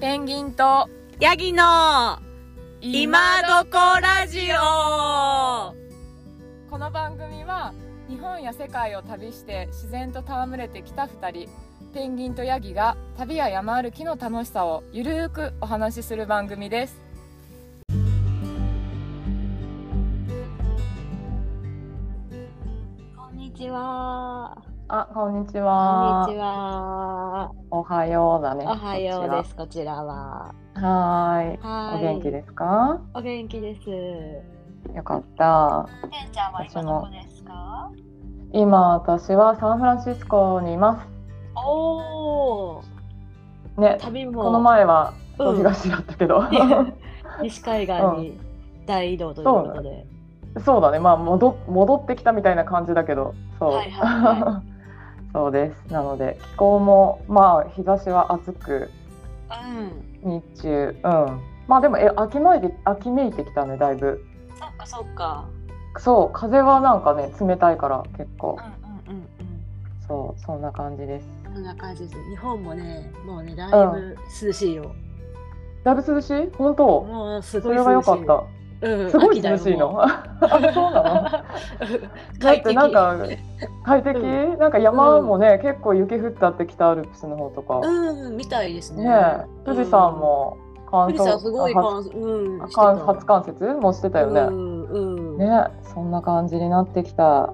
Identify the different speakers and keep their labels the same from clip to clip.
Speaker 1: ペンギンと
Speaker 2: ヤギの今
Speaker 1: ど
Speaker 2: どこラジオ
Speaker 1: この番組は日本や世界を旅して自然と戯れてきた2人ペンギンとヤギが旅や山歩きの楽しさをゆるーくお話しする番組です
Speaker 3: こんにちは。
Speaker 1: あこんにち
Speaker 3: こ
Speaker 1: は
Speaker 3: んにちは。
Speaker 1: おはようだね
Speaker 3: おはようですす。こちらは。
Speaker 1: は
Speaker 3: は
Speaker 1: ー
Speaker 3: ー
Speaker 1: い
Speaker 3: い。
Speaker 1: お元気ですか
Speaker 3: お元気です。
Speaker 1: よかった
Speaker 3: てんちゃんは
Speaker 1: 私
Speaker 3: 今ど
Speaker 1: も
Speaker 3: こですか。
Speaker 1: 今私はサンフランシスコにいま
Speaker 3: おお。
Speaker 1: すね
Speaker 3: 旅も。
Speaker 1: この前は
Speaker 3: うん
Speaker 1: 東だったけど、
Speaker 3: 西海岸に大移動ということで。
Speaker 1: そうだねまあ戻戻ってきたみたいな感じだけどそう、
Speaker 3: はいはいは
Speaker 1: そうですなので気候もまあ日差しは暑く
Speaker 3: うん。
Speaker 1: 日中うんまあでもえ秋めいて秋めいてきたねだいぶ
Speaker 3: そっかそっか。
Speaker 1: そう風はなんかね冷たいから結構
Speaker 3: うんうんうん
Speaker 1: そうそんな感じです
Speaker 3: うん。そんな感じです。日本もね、もうね、だい
Speaker 1: うん
Speaker 3: ぶ涼しいよ。
Speaker 1: だいぶ涼しい本当
Speaker 3: もうす
Speaker 1: そ
Speaker 3: ごい
Speaker 1: れ
Speaker 3: 涼しい。
Speaker 1: は良かった
Speaker 3: うん。
Speaker 1: すごい
Speaker 3: 秋だ
Speaker 1: 涼
Speaker 3: よ
Speaker 1: しい。
Speaker 3: も
Speaker 1: のあそうなの
Speaker 3: う
Speaker 1: だっ
Speaker 3: 快
Speaker 1: て
Speaker 3: 適。
Speaker 1: なんか快適、
Speaker 3: う
Speaker 1: なんか山もね、結構雪降ったって北アルプスの方とか、
Speaker 3: うん、みたいですね。
Speaker 1: ねえ富士山も乾
Speaker 3: 富士山すごい感想、うん、
Speaker 1: 初
Speaker 3: して
Speaker 1: 冠
Speaker 3: た
Speaker 1: 初冠雪もしてたよね、
Speaker 3: うん、うん、
Speaker 1: ねそんな感じになってきた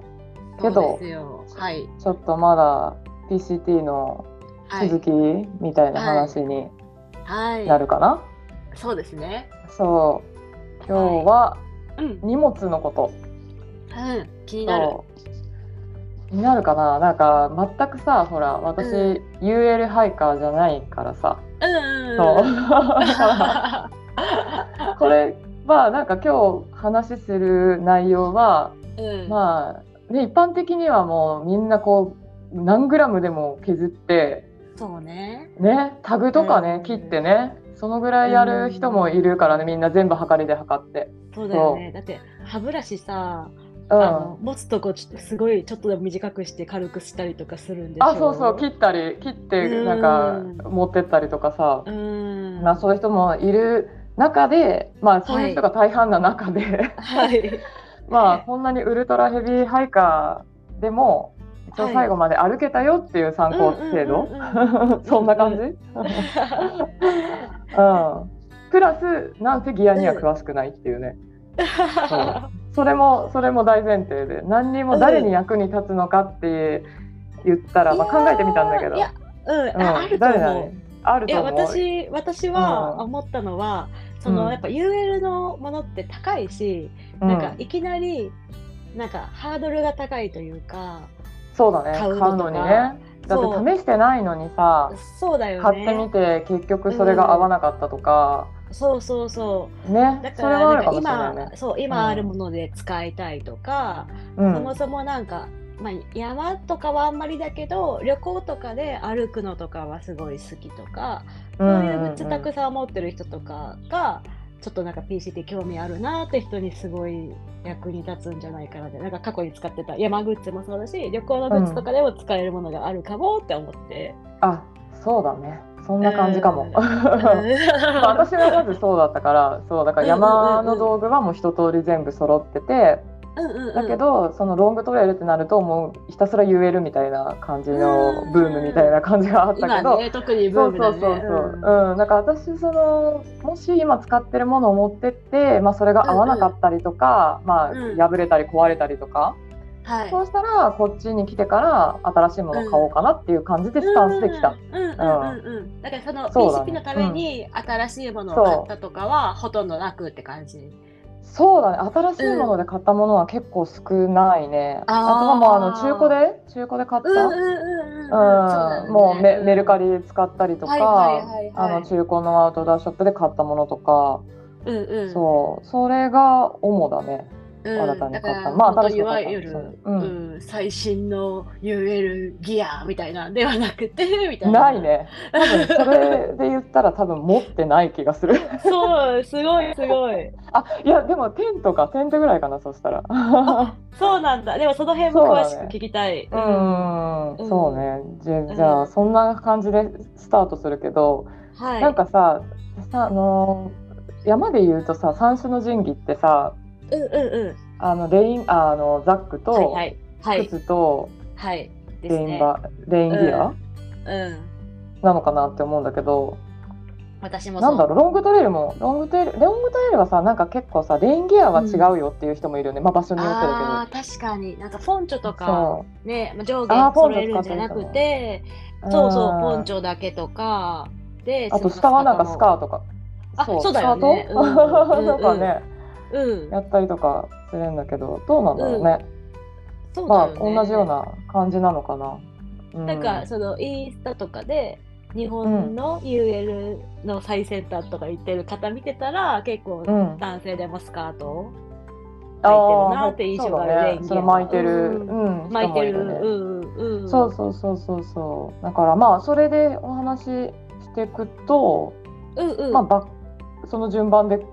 Speaker 1: け
Speaker 3: そう
Speaker 1: ど
Speaker 3: ですよ。はい、
Speaker 1: ちょっとまだ PCT の
Speaker 3: はい
Speaker 1: 続、きみたいな話に
Speaker 3: はい、
Speaker 1: なるかな、
Speaker 3: そうですね。
Speaker 1: そう今日は
Speaker 3: うん、うん、
Speaker 1: 荷物のこと、
Speaker 3: 気になる。
Speaker 1: そうになるかななんか全くさほら私、
Speaker 3: う
Speaker 1: UL ハイカーじゃないからさ、
Speaker 3: うん、うん、
Speaker 1: そう
Speaker 3: ん。
Speaker 1: だからこれまあなんか今日話する内容は
Speaker 3: うん、あ、
Speaker 1: まあね一般的にはもうみんなこう何グラムでも削って
Speaker 3: そうね。
Speaker 1: ねタグとかね、
Speaker 3: うん
Speaker 1: 切ってねそのぐらいやる人もいるからねみんな全部測りで測って、
Speaker 3: そうだよね。だって歯ブラシさ、
Speaker 1: うん、
Speaker 3: あ
Speaker 1: あ
Speaker 3: の持つとこちょっとすごいちょっとでも短くして軽くしたりとかするんでしょ。
Speaker 1: そうそう切ったり切って
Speaker 3: うん
Speaker 1: なんか持ってったりとかさ、
Speaker 3: うん。
Speaker 1: まあ、そういう人もいる中でまあそういう人が大半な中で、
Speaker 3: はい。
Speaker 1: まあこんなにウルトラヘビーハイカーでも一応
Speaker 3: はい
Speaker 1: 最後まで歩けたよっていう参考程
Speaker 3: うんうん
Speaker 1: 度 そんな感じ、うん、プラスなんてギアには詳しくないっていうね、そうそれもそれも大前提で何にも誰に役に立つのかって言ったら、まあ、考えてみたんだけど
Speaker 3: いや、うん、
Speaker 1: うん
Speaker 3: ああると
Speaker 1: 誰だ
Speaker 3: 思う
Speaker 1: ね。ある
Speaker 3: い
Speaker 1: と
Speaker 3: や
Speaker 1: 思う
Speaker 3: 私私
Speaker 1: う
Speaker 3: は
Speaker 1: ん
Speaker 3: 思ったのは、そうの
Speaker 1: ん
Speaker 3: やっぱ UL のものって高いし、
Speaker 1: うん
Speaker 3: なんかいきなりなんかハードルが高いというか
Speaker 1: そうだね買
Speaker 3: 買う
Speaker 1: う
Speaker 3: のとか
Speaker 1: のにねだ
Speaker 3: そ
Speaker 1: って試してないのにさ
Speaker 3: うそうだよ
Speaker 1: 買
Speaker 3: ね
Speaker 1: ってみて結局それが合わなかったとか、
Speaker 3: そうそうそ
Speaker 1: ね
Speaker 3: うだか
Speaker 1: それ
Speaker 3: ら
Speaker 1: はある
Speaker 3: な
Speaker 1: か
Speaker 3: んか
Speaker 1: もしれない
Speaker 3: 今
Speaker 1: ね。
Speaker 3: そう今あるもので使いたいとか、
Speaker 1: うん
Speaker 3: そもそもなんか、まあ、山とかはあんまりだけど旅行とかで歩くのとかはすごい好きとか、そういうグッズたくさん持ってる人とかが、ちょっとなんか PCT 興味あるなーって人にすごい役に立つんじゃないかなって、なんか過去に使ってた山グッズもそうだし、旅行のグッズとかでも使えるものがあるかもって思って。
Speaker 1: あそうだね そんな感じかも
Speaker 3: うん。
Speaker 1: 私はまずそうだったからそうだから山の道具はもう一通り全部揃ってて
Speaker 3: うんうんうん
Speaker 1: だけ、どそのロングトレイルってなるともうひたすら言えるみたいな感じのブームみたいな感じがあったけ
Speaker 3: 今
Speaker 1: ど。
Speaker 3: ね、特にブ
Speaker 1: そ
Speaker 3: ー
Speaker 1: う
Speaker 3: ム
Speaker 1: そ
Speaker 3: だ
Speaker 1: う
Speaker 3: ね。
Speaker 1: そうそう、うん、だから私そのもし今使ってるものを持ってって、まあ、それが合わなかったりとか、
Speaker 3: うん
Speaker 1: まあ、破れたり壊れたりとか、
Speaker 3: はい。
Speaker 1: そうしたらこっちに来てから新しいもの買おうかなっていう感じでスタンスで来た。
Speaker 3: うんうんうんうん。だからその
Speaker 1: そうだね
Speaker 3: PCT のために新しいものを買ったとかはほとんどなくって感じ。
Speaker 1: そうだね新しいもので買ったものは結構少ないね。
Speaker 3: うん
Speaker 1: あとはもうあの中古で中古で買った。
Speaker 3: うんう
Speaker 1: う
Speaker 3: ん
Speaker 1: ん
Speaker 3: うんうん。
Speaker 1: もうメメルカ
Speaker 3: リ
Speaker 1: リ使ったりと
Speaker 3: はいはい
Speaker 1: か
Speaker 3: はいはい
Speaker 1: あの中古のアウトドアショップで買ったものとか、
Speaker 3: うんうん。
Speaker 1: そうそれが主だね新たに買った、
Speaker 3: うん
Speaker 1: まあ
Speaker 3: だから
Speaker 1: 新しく
Speaker 3: 本当
Speaker 1: 買
Speaker 3: にいわゆ
Speaker 1: った
Speaker 3: る、
Speaker 1: う
Speaker 3: うんん最新の UL ギアみたいなんではなくてみたいな。
Speaker 1: ない。ね多分それで言ったら多分持ってない気がす る
Speaker 3: そうすごいすごい。
Speaker 1: あいやでもテントかテントぐらいかなそしたらう
Speaker 3: そうなんだ。でもその辺も詳しく聞きたい。
Speaker 1: ん、
Speaker 3: うん
Speaker 1: そうねじ
Speaker 3: う
Speaker 1: ゃ
Speaker 3: ん
Speaker 1: じゃあそんな感じでスタートするけど、
Speaker 3: はい。
Speaker 1: なんかささあのー山で言うとさ三種の神器ってさ
Speaker 3: うんうんう
Speaker 1: あのレインああのザック
Speaker 3: ん。はい
Speaker 1: と
Speaker 3: はいはい
Speaker 1: 靴と
Speaker 3: はい。で
Speaker 1: レイ
Speaker 3: す
Speaker 1: ン,、
Speaker 3: ね。
Speaker 1: バレインギア、
Speaker 3: うん。
Speaker 1: なのかなって思うんだけど
Speaker 3: 私もそ
Speaker 1: な
Speaker 3: う。
Speaker 1: んだろうロングトレイルもロングトレイルロングトレイルはさなんか結構さレインギアは違うよっていう人もいるよね、まあ場所によってだ
Speaker 3: ああ確かになんかポンチョと
Speaker 1: けど
Speaker 3: かねまあ上
Speaker 1: あー
Speaker 3: 下
Speaker 1: ポン
Speaker 3: 揃
Speaker 1: チョ
Speaker 3: えるんじゃなくて
Speaker 1: そう
Speaker 3: そうそうポン
Speaker 1: ョ
Speaker 3: チョだけとかで
Speaker 1: あと下はなんかスカートか
Speaker 3: あそうだよね
Speaker 1: スカート、
Speaker 3: うん
Speaker 1: なんかね
Speaker 3: ートうん
Speaker 1: やったりとかするんだけどどうなんだろうね、
Speaker 3: そうだ
Speaker 1: まあ
Speaker 3: よね
Speaker 1: 同じような感じなのかな、うん
Speaker 3: なんかそのインスタとかで日本の UL の最先端とか言ってる方見てたら結構
Speaker 1: うん
Speaker 3: 男性でもスカートを
Speaker 1: あー
Speaker 3: なって印象がある
Speaker 1: そうだ
Speaker 3: レインギア
Speaker 1: それ巻いてる、
Speaker 3: う
Speaker 1: うん
Speaker 3: 巻いて
Speaker 1: 人
Speaker 3: る
Speaker 1: もね
Speaker 3: うんうんうん
Speaker 1: そうそうそうそうそうだからまあそれでお話ししていくと、
Speaker 3: うんうん
Speaker 1: まあばその順番で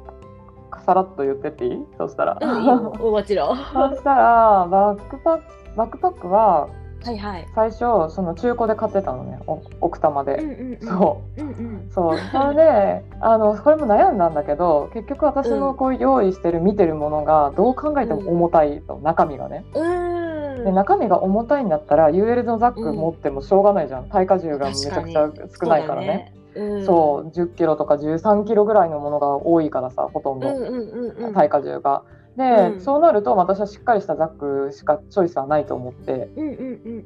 Speaker 1: さらっと言ってっていいそしたら、
Speaker 3: うんいいよもちろん は
Speaker 1: そしたらバックパックバックパックはい
Speaker 3: はい
Speaker 1: 最初その中古で買ってたのねお奥多摩で、
Speaker 3: うんうんうん
Speaker 1: そう
Speaker 3: うんうん
Speaker 1: そうそれで あのこれも悩んだんだけど結局私のこう用意してる見てるものがどう考えても重たいと、中身がね
Speaker 3: うーん
Speaker 1: で中身が重たいんだったら UL のザック持ってもしょうがないじゃん、耐荷重がめちゃくちゃ少ないからね。
Speaker 3: そうだね。うん
Speaker 1: そう1 0キロとか1 3キロぐらいのものが多いからさほとん
Speaker 3: う
Speaker 1: ど、
Speaker 3: んうんうんうん。
Speaker 1: 耐荷重が。で、
Speaker 3: うん
Speaker 1: そうなると私はしっかりしたザックしかチョイスはないと思って、
Speaker 3: うんうんう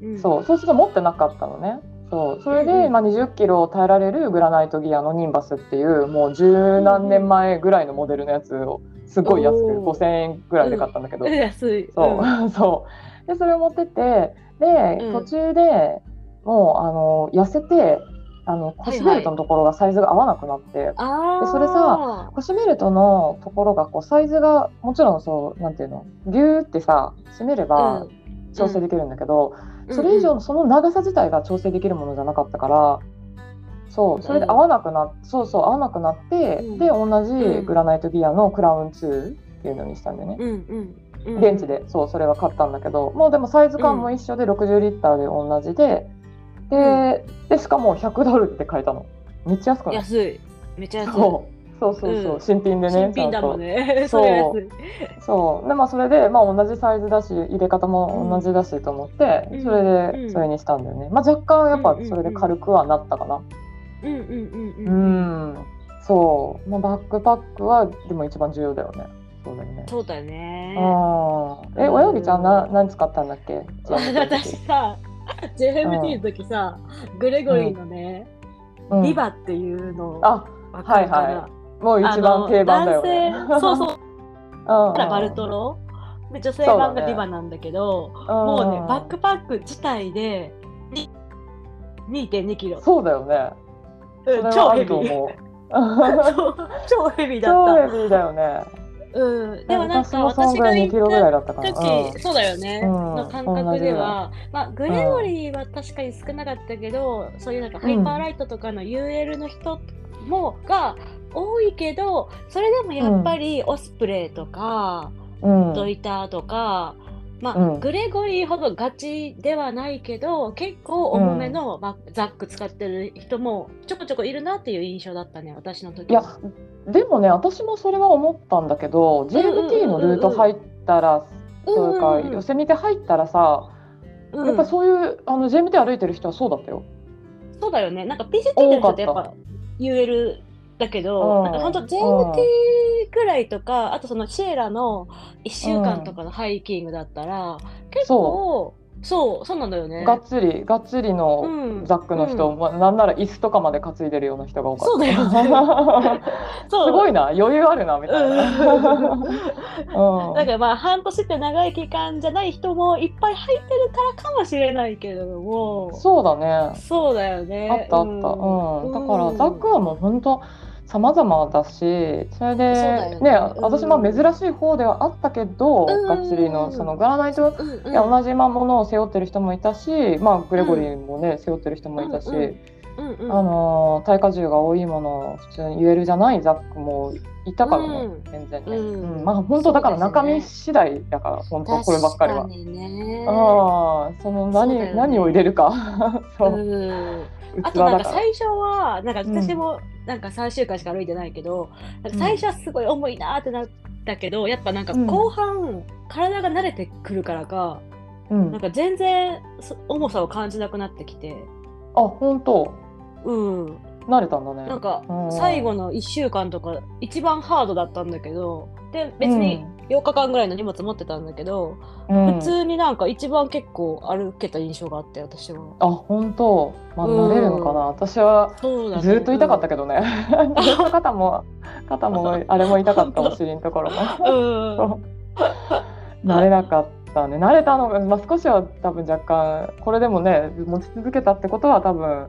Speaker 3: んうん。
Speaker 1: そうそうすると持ってなかったのね。そうそれで、
Speaker 3: うんうん
Speaker 1: まあ、2 0キロを耐えられるグラナイトギアのニンバスっていうもう十何年前ぐらいのモデルのやつをすごい安く
Speaker 3: おー
Speaker 1: 5,000円ぐらいで買ったんだけど、
Speaker 3: 安い。
Speaker 1: そう、 そう。で、それを持ってって、で、
Speaker 3: うん
Speaker 1: 途中でもう、あの、痩せて、あの、腰ベルトのところがサイズが合わなくなって、
Speaker 3: ん。ああ。
Speaker 1: でそれさ。腰ベルトのところが、こう、サイズが、もちろんそう、なんていうの、ギューってさ、締めれば
Speaker 3: う
Speaker 1: 調整できるんだけど、
Speaker 3: ん
Speaker 1: それ以上
Speaker 3: うん
Speaker 1: のその長さ自体が調整できるものじゃなかったから、そう、それで合わなくなっ、そうそう、合わなくなって、
Speaker 3: うん
Speaker 1: で、同じグラナイトギアのクラウン2っていうのにしたんだよね。
Speaker 3: うんうん。
Speaker 1: 現地でそうそれは買ったんだけどもうでもサイズ感も一緒で60リッターで同じで、ででしかも100ドルって買えたのめっちゃ安く
Speaker 3: うん。
Speaker 1: ない
Speaker 3: 安い。めっちゃ安い。
Speaker 1: そうそうそうそう、
Speaker 3: うん
Speaker 1: 新品でね
Speaker 3: 新品だもん
Speaker 1: ね
Speaker 3: ね。
Speaker 1: そう
Speaker 3: それ安い。
Speaker 1: そうでまあそれで、まあ、同じサイズだし入れ方も同じだしと思って、
Speaker 3: うん
Speaker 1: それ
Speaker 3: う
Speaker 1: で
Speaker 3: ん
Speaker 1: それにしたんだよね、まあ、若干やっぱそれで軽くはなったかな
Speaker 3: うんうんうん
Speaker 1: う
Speaker 3: うん。
Speaker 1: ん、そう、まあ、バックパックはでも一番重要だよねそうだよね
Speaker 3: そうだよね。
Speaker 1: あーえ、
Speaker 3: うん
Speaker 1: およぎちゃんな何使ったんだっけちなみに
Speaker 3: 私さ。JMT の時さ、グレゴリーのね、
Speaker 1: うん
Speaker 3: リバっていうの
Speaker 1: あ
Speaker 3: わかるか
Speaker 1: はい
Speaker 3: な
Speaker 1: はもう一番定番だよね
Speaker 3: あの男性、そうそう、
Speaker 1: うん
Speaker 3: だからバルトロで女性版がリバなんだけどもうねバックパック自体でに2.2キロ
Speaker 1: そうだよねそ
Speaker 3: うん
Speaker 1: れは
Speaker 3: 超
Speaker 1: あ
Speaker 3: ヘ
Speaker 1: る
Speaker 3: ビ
Speaker 1: と
Speaker 3: ー
Speaker 1: 思う
Speaker 3: そう超ヘビーだ
Speaker 1: 超
Speaker 3: っ
Speaker 1: ヘビーだよね
Speaker 3: た、うん、でもなん
Speaker 1: 私
Speaker 3: か
Speaker 1: もそん
Speaker 3: 私
Speaker 1: ぐら
Speaker 3: が
Speaker 1: い
Speaker 3: 行
Speaker 1: 2キロ
Speaker 3: っ
Speaker 1: ぐらい
Speaker 3: た
Speaker 1: だったかな
Speaker 3: 時、そうだよね、
Speaker 1: うん
Speaker 3: の感覚では、まあ、グレゴリーは確かに少なかったけど、そういうなんかハイパーライトとかの UL の人もが多いけどそれでもやっぱりオスプレイとか、
Speaker 1: うん、う
Speaker 3: ド
Speaker 1: ん
Speaker 3: イターとか、まあ
Speaker 1: うん
Speaker 3: グレゴリーほどガチではないけど結構重めの、まあ、ザック使ってる人もちょこちょこいるなっていう印象だったね私の時
Speaker 1: いやでもね私もそれは思ったんだけど JMT のルート入ったらというか寄せ見て入ったらさ
Speaker 3: うん
Speaker 1: やっぱそういうあの JMT 歩いてる人はそうだったよ
Speaker 3: そうだよねなんか PCT の人ってやっ
Speaker 1: 多か
Speaker 3: ぱ UL だけど、
Speaker 1: うん
Speaker 3: なんか本当 JMT ぐらいとか、あとそのシエラの1週間とかのハイキングだったら、結構そうそうなんだよね
Speaker 1: がっつりがっつりのザックの人、
Speaker 3: う
Speaker 1: まあなんなら椅子とかまで担いでるような人が多かった
Speaker 3: そうだよ ねそう
Speaker 1: すごいな余裕あるなみたいな。
Speaker 3: うん
Speaker 1: うん
Speaker 3: だからまあ半年って長い期間じゃない人もいっぱい入ってるからかもしれないけれども
Speaker 1: そうだね。
Speaker 3: そうだよね
Speaker 1: あったあった。うん。だからザックはもう本当様々だしそれで
Speaker 3: そうだよね
Speaker 1: ね
Speaker 3: うん
Speaker 1: 私も珍しい方ではあったけど、
Speaker 3: うん
Speaker 1: がっつりのそのガラナイト
Speaker 3: うんうん
Speaker 1: いや同じまあものを背負ってる人もいたし、まあ、グレゴリーもね、背負ってる人もいたし、
Speaker 3: うんうんうんうん
Speaker 1: あのー耐荷重が多いものを普通に言えるじゃないザックもいたからね、
Speaker 3: うん
Speaker 1: 全然ね、
Speaker 3: うん
Speaker 1: うんまあ本当だから
Speaker 3: そうで
Speaker 1: 中
Speaker 3: すね
Speaker 1: 身次第だから、本当こればっかりは。
Speaker 3: 確にね
Speaker 1: ああその何
Speaker 3: そうだよね
Speaker 1: 何を入れる かそう、
Speaker 3: うんあ
Speaker 1: 器
Speaker 3: となん
Speaker 1: だ
Speaker 3: か
Speaker 1: から。
Speaker 3: 最初はなんか
Speaker 1: うん
Speaker 3: 私もなんか3週間しか歩いてないけど、なんか最初はすごい重いなーってなったけどやっぱなんか
Speaker 1: うん
Speaker 3: 後半、体が慣れてくるからか
Speaker 1: うん
Speaker 3: なんか全然そ重さを感じなくなってきて
Speaker 1: あ本当
Speaker 3: うん
Speaker 1: 慣れたんだね。
Speaker 3: なんか
Speaker 1: うん
Speaker 3: 最後の1週間とか一番ハードだったんだけどで別に8日間ぐらいの荷物持ってたんだけど、
Speaker 1: うん、
Speaker 3: 普通になんか一番結構歩けた印象があって私は。
Speaker 1: あ本当まあ慣れるのかな、私は
Speaker 3: そうだね
Speaker 1: ずーっと痛かったけどね。ずっと 肩も肩もあれも痛かったお尻のところも。
Speaker 3: うんうん
Speaker 1: 慣れなかったね。慣れたのがまあ少しは多分若干これでもね持ち続けたってことは多分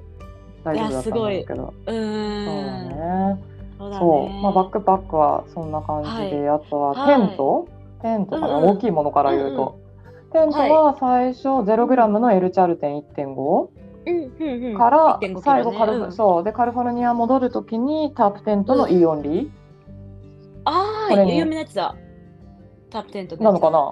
Speaker 1: 大丈夫だったんだけど。そうだ
Speaker 3: うん
Speaker 1: ね。
Speaker 3: そうだね。
Speaker 1: そうまあバックパックはそんな感じで、あとはテント、テントかな、
Speaker 3: うんうん
Speaker 1: 大きいものから言うと。テントは最初0グラムの L チャルテン1.5。
Speaker 3: うんうんうん
Speaker 1: から
Speaker 3: 1.5
Speaker 1: 最後カルフ,、
Speaker 3: うん
Speaker 1: そうでカルフォルニア戻るときにタープテントのイオンリ
Speaker 3: あ
Speaker 1: こ
Speaker 3: あ、
Speaker 1: れね
Speaker 3: 有名なやつだ。タップテント
Speaker 1: ーなのかな、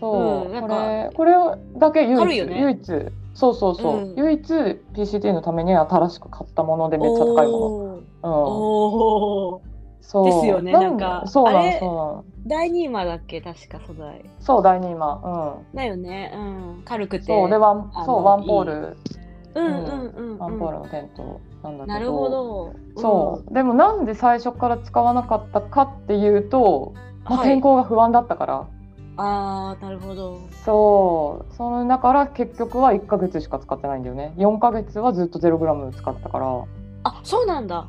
Speaker 1: そう、
Speaker 3: うんなん
Speaker 1: こ
Speaker 3: か
Speaker 1: れこれだけ唯
Speaker 3: 軽
Speaker 1: 一、
Speaker 3: いよね
Speaker 1: 唯一そうそうそう、
Speaker 3: うん
Speaker 1: 唯一 PCT のために新しく買ったものでめっちゃ高いも
Speaker 3: も
Speaker 1: の、うん、
Speaker 3: おー
Speaker 1: そう
Speaker 3: ですよね
Speaker 1: で
Speaker 3: なんか
Speaker 1: そうな
Speaker 3: あ
Speaker 1: の
Speaker 3: れ
Speaker 1: そうなの
Speaker 3: 第二話だっけ確か素材。
Speaker 1: そう第2今、
Speaker 3: だよね。うん。軽
Speaker 1: う
Speaker 3: く
Speaker 1: ん、
Speaker 3: て。
Speaker 1: そうでワン
Speaker 3: あの
Speaker 1: そうワンポール
Speaker 3: うんうんうんうん。
Speaker 1: ワンポールのテントなんだけど
Speaker 3: なるほど。
Speaker 1: そう、でもなんで最初から使わなかったかっていうと、
Speaker 3: うん。
Speaker 1: まあ、
Speaker 3: はい
Speaker 1: 天候が不安だったから、
Speaker 3: ああ、なるほど。
Speaker 1: そうそのだから結局は1ヶ月しか使ってないんだよね4ヶ月はずっと 0g 使ったから
Speaker 3: あ、そうなんだ。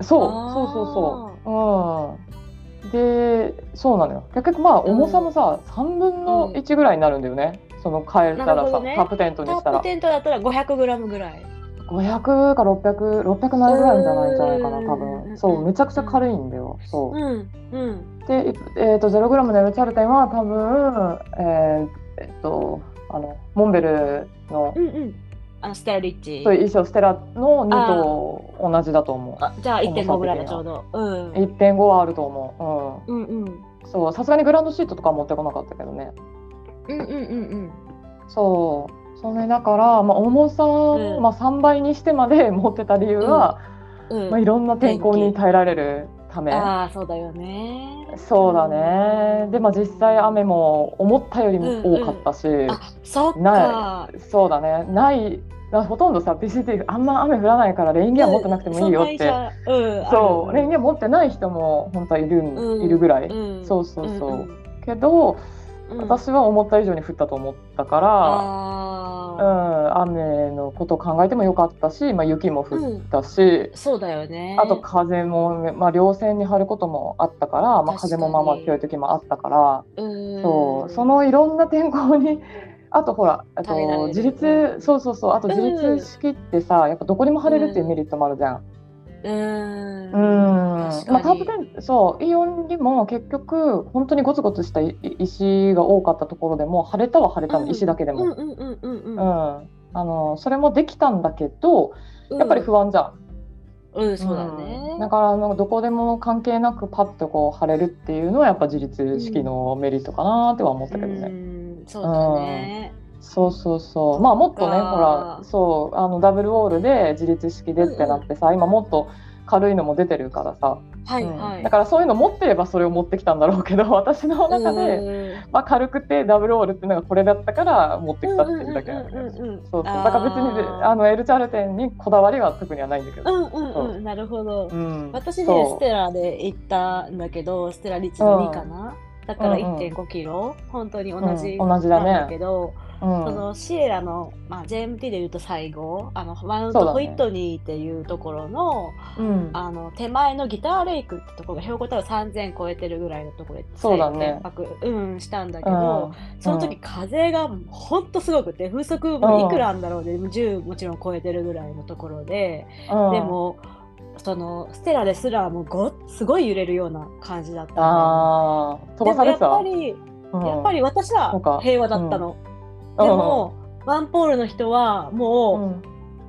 Speaker 1: そう
Speaker 3: あー
Speaker 1: そうそうそううんでそうなのよ結局まあ
Speaker 3: うん
Speaker 1: 重さもさ、3分の1ぐらいになるんだよね、その変えた
Speaker 3: な
Speaker 1: ら
Speaker 3: るほ
Speaker 1: さ、
Speaker 3: どね
Speaker 1: タップテント
Speaker 3: タ
Speaker 1: にし
Speaker 3: ッ
Speaker 1: た
Speaker 3: プ
Speaker 1: ら
Speaker 3: テントだったら500グラムぐらい。
Speaker 1: 500か600600ないぐらいじゃないんじゃないかな
Speaker 3: うん
Speaker 1: 多
Speaker 3: うんうんうん
Speaker 1: 分そうめちゃくちゃ軽いんだよそううん
Speaker 3: うん。
Speaker 1: で、えー、と 0g のエルチャルテンは多分えーえっとあのモンベルの
Speaker 3: うんうん。あのステラリッチ
Speaker 1: そう。衣装ステラの2と同じだと思う
Speaker 3: あ、じゃあ1.5ぐらいだちょ
Speaker 1: 重
Speaker 3: うど。うん。
Speaker 1: 1.5はあると思
Speaker 3: うんう
Speaker 1: う、う
Speaker 3: ん。
Speaker 1: ん、そうさすがにグランドシートとかは持ってこなかったけどね
Speaker 3: うんうんうん
Speaker 1: そうそれだから、まあ、重さを、
Speaker 3: うん
Speaker 1: まあ、3倍にしてまで持ってた理由は、
Speaker 3: うん。
Speaker 1: まあ、いろんな天候に耐えられるため
Speaker 3: ああそうだよね
Speaker 1: そうだねで、まあ、実際雨も思ったよりも多かったし、
Speaker 3: あそっ
Speaker 1: な
Speaker 3: か
Speaker 1: そうだねないだからほとんどさ PCT あんま雨降らないからレインギア持ってなくてもいいよって、
Speaker 3: そんな印象うん
Speaker 1: そう、
Speaker 3: あ
Speaker 1: レイン
Speaker 3: る
Speaker 1: ギア持ってない人も本当はいるん、
Speaker 3: うん
Speaker 1: いるぐらい、
Speaker 3: うん
Speaker 1: そうそうそうんけど、
Speaker 3: うん
Speaker 1: 私は思った以上に降ったと思ったか
Speaker 3: あ
Speaker 1: ら、う
Speaker 3: あ
Speaker 1: ん、雨のことを考えてもよかったし、まあ、雪も降ったし、
Speaker 3: そうだよね
Speaker 1: あと風も、まあ、稜線に張ることもあったから、まあ、
Speaker 3: 確か
Speaker 1: 風
Speaker 3: に
Speaker 1: もまあまあ強い時もあったから、
Speaker 3: うん
Speaker 1: そうそのいろんな天候にあとほらあ
Speaker 3: 耐えられ
Speaker 1: と
Speaker 3: る
Speaker 1: 自立そうそうそうあと自立式ってさ、やっぱどこにも張れるっていうメリットもあるじゃん。
Speaker 3: う
Speaker 1: うん、
Speaker 3: ん
Speaker 1: まあ
Speaker 3: 確かに
Speaker 1: タープテンそうイオンにも結局本当にゴツゴツしたい石が多かったところでも晴れたは晴れたの、
Speaker 3: うん
Speaker 1: 石だけで
Speaker 3: うん
Speaker 1: も、
Speaker 3: うんうんうん
Speaker 1: う
Speaker 3: うんん
Speaker 1: あのそれもできたんだけどやっぱり不安じゃん、
Speaker 3: うんそうだ
Speaker 1: う
Speaker 3: ね
Speaker 1: んだからあのどこでも関係なくパッとこう晴れるっていうのはやっぱ自立式のメリットかなっては思ったけどね、
Speaker 3: うんそうだね
Speaker 1: そうそうそうまあもっとね
Speaker 3: そっか
Speaker 1: ほらそうあのダブルウォールで自立式でってなってさ、今もっと軽いのも出てるからさ、
Speaker 3: はい
Speaker 1: うん
Speaker 3: はい
Speaker 1: だからそういうの持ってればそれを持ってきたんだろうけど 私の中で、
Speaker 3: うん
Speaker 1: まあ、軽くてダブルオールっていうのがこれだったから持ってきたっていうだけなんだよ
Speaker 3: うん
Speaker 1: ね。
Speaker 3: うんうんうん
Speaker 1: そうそうだから別にあのエルチャルテンにこだわりは特にはないんだけ
Speaker 3: う
Speaker 1: ど、
Speaker 3: んうんうんなるほど
Speaker 1: うん
Speaker 3: 私ね
Speaker 1: そう
Speaker 3: ステラで行ったんだけどステラリッチの2かな、だから
Speaker 1: うんうん
Speaker 3: 1 5キロ、本当に同じ、
Speaker 1: うん同じだね
Speaker 3: なんだけど、
Speaker 1: うん
Speaker 3: そのシエラの、まあ、JMT で言うと最後あのマウン
Speaker 1: そうだ
Speaker 3: ト
Speaker 1: ね
Speaker 3: ホイットニーっていうところの,、
Speaker 1: うん
Speaker 3: あの手前のギターレイクってところが標高多分3000超えてるぐらいのところで
Speaker 1: そうだね
Speaker 3: 最後転泊、うん、したんだけ
Speaker 1: うん
Speaker 3: ど、その時風がほんとすごくて風速もいくらあんだろうで、10もちろん超えてるぐらいのところで。
Speaker 1: うん
Speaker 3: でもそのステラですらもうごすごい揺れるような感じだったの
Speaker 1: ああ、飛ば
Speaker 3: でも
Speaker 1: され
Speaker 3: やって
Speaker 1: た。
Speaker 3: ぱり、やっぱ
Speaker 1: り、
Speaker 3: り私
Speaker 1: そうか
Speaker 3: は平和だったの、でも、ワンポールの人は
Speaker 1: うん、
Speaker 3: も
Speaker 1: うん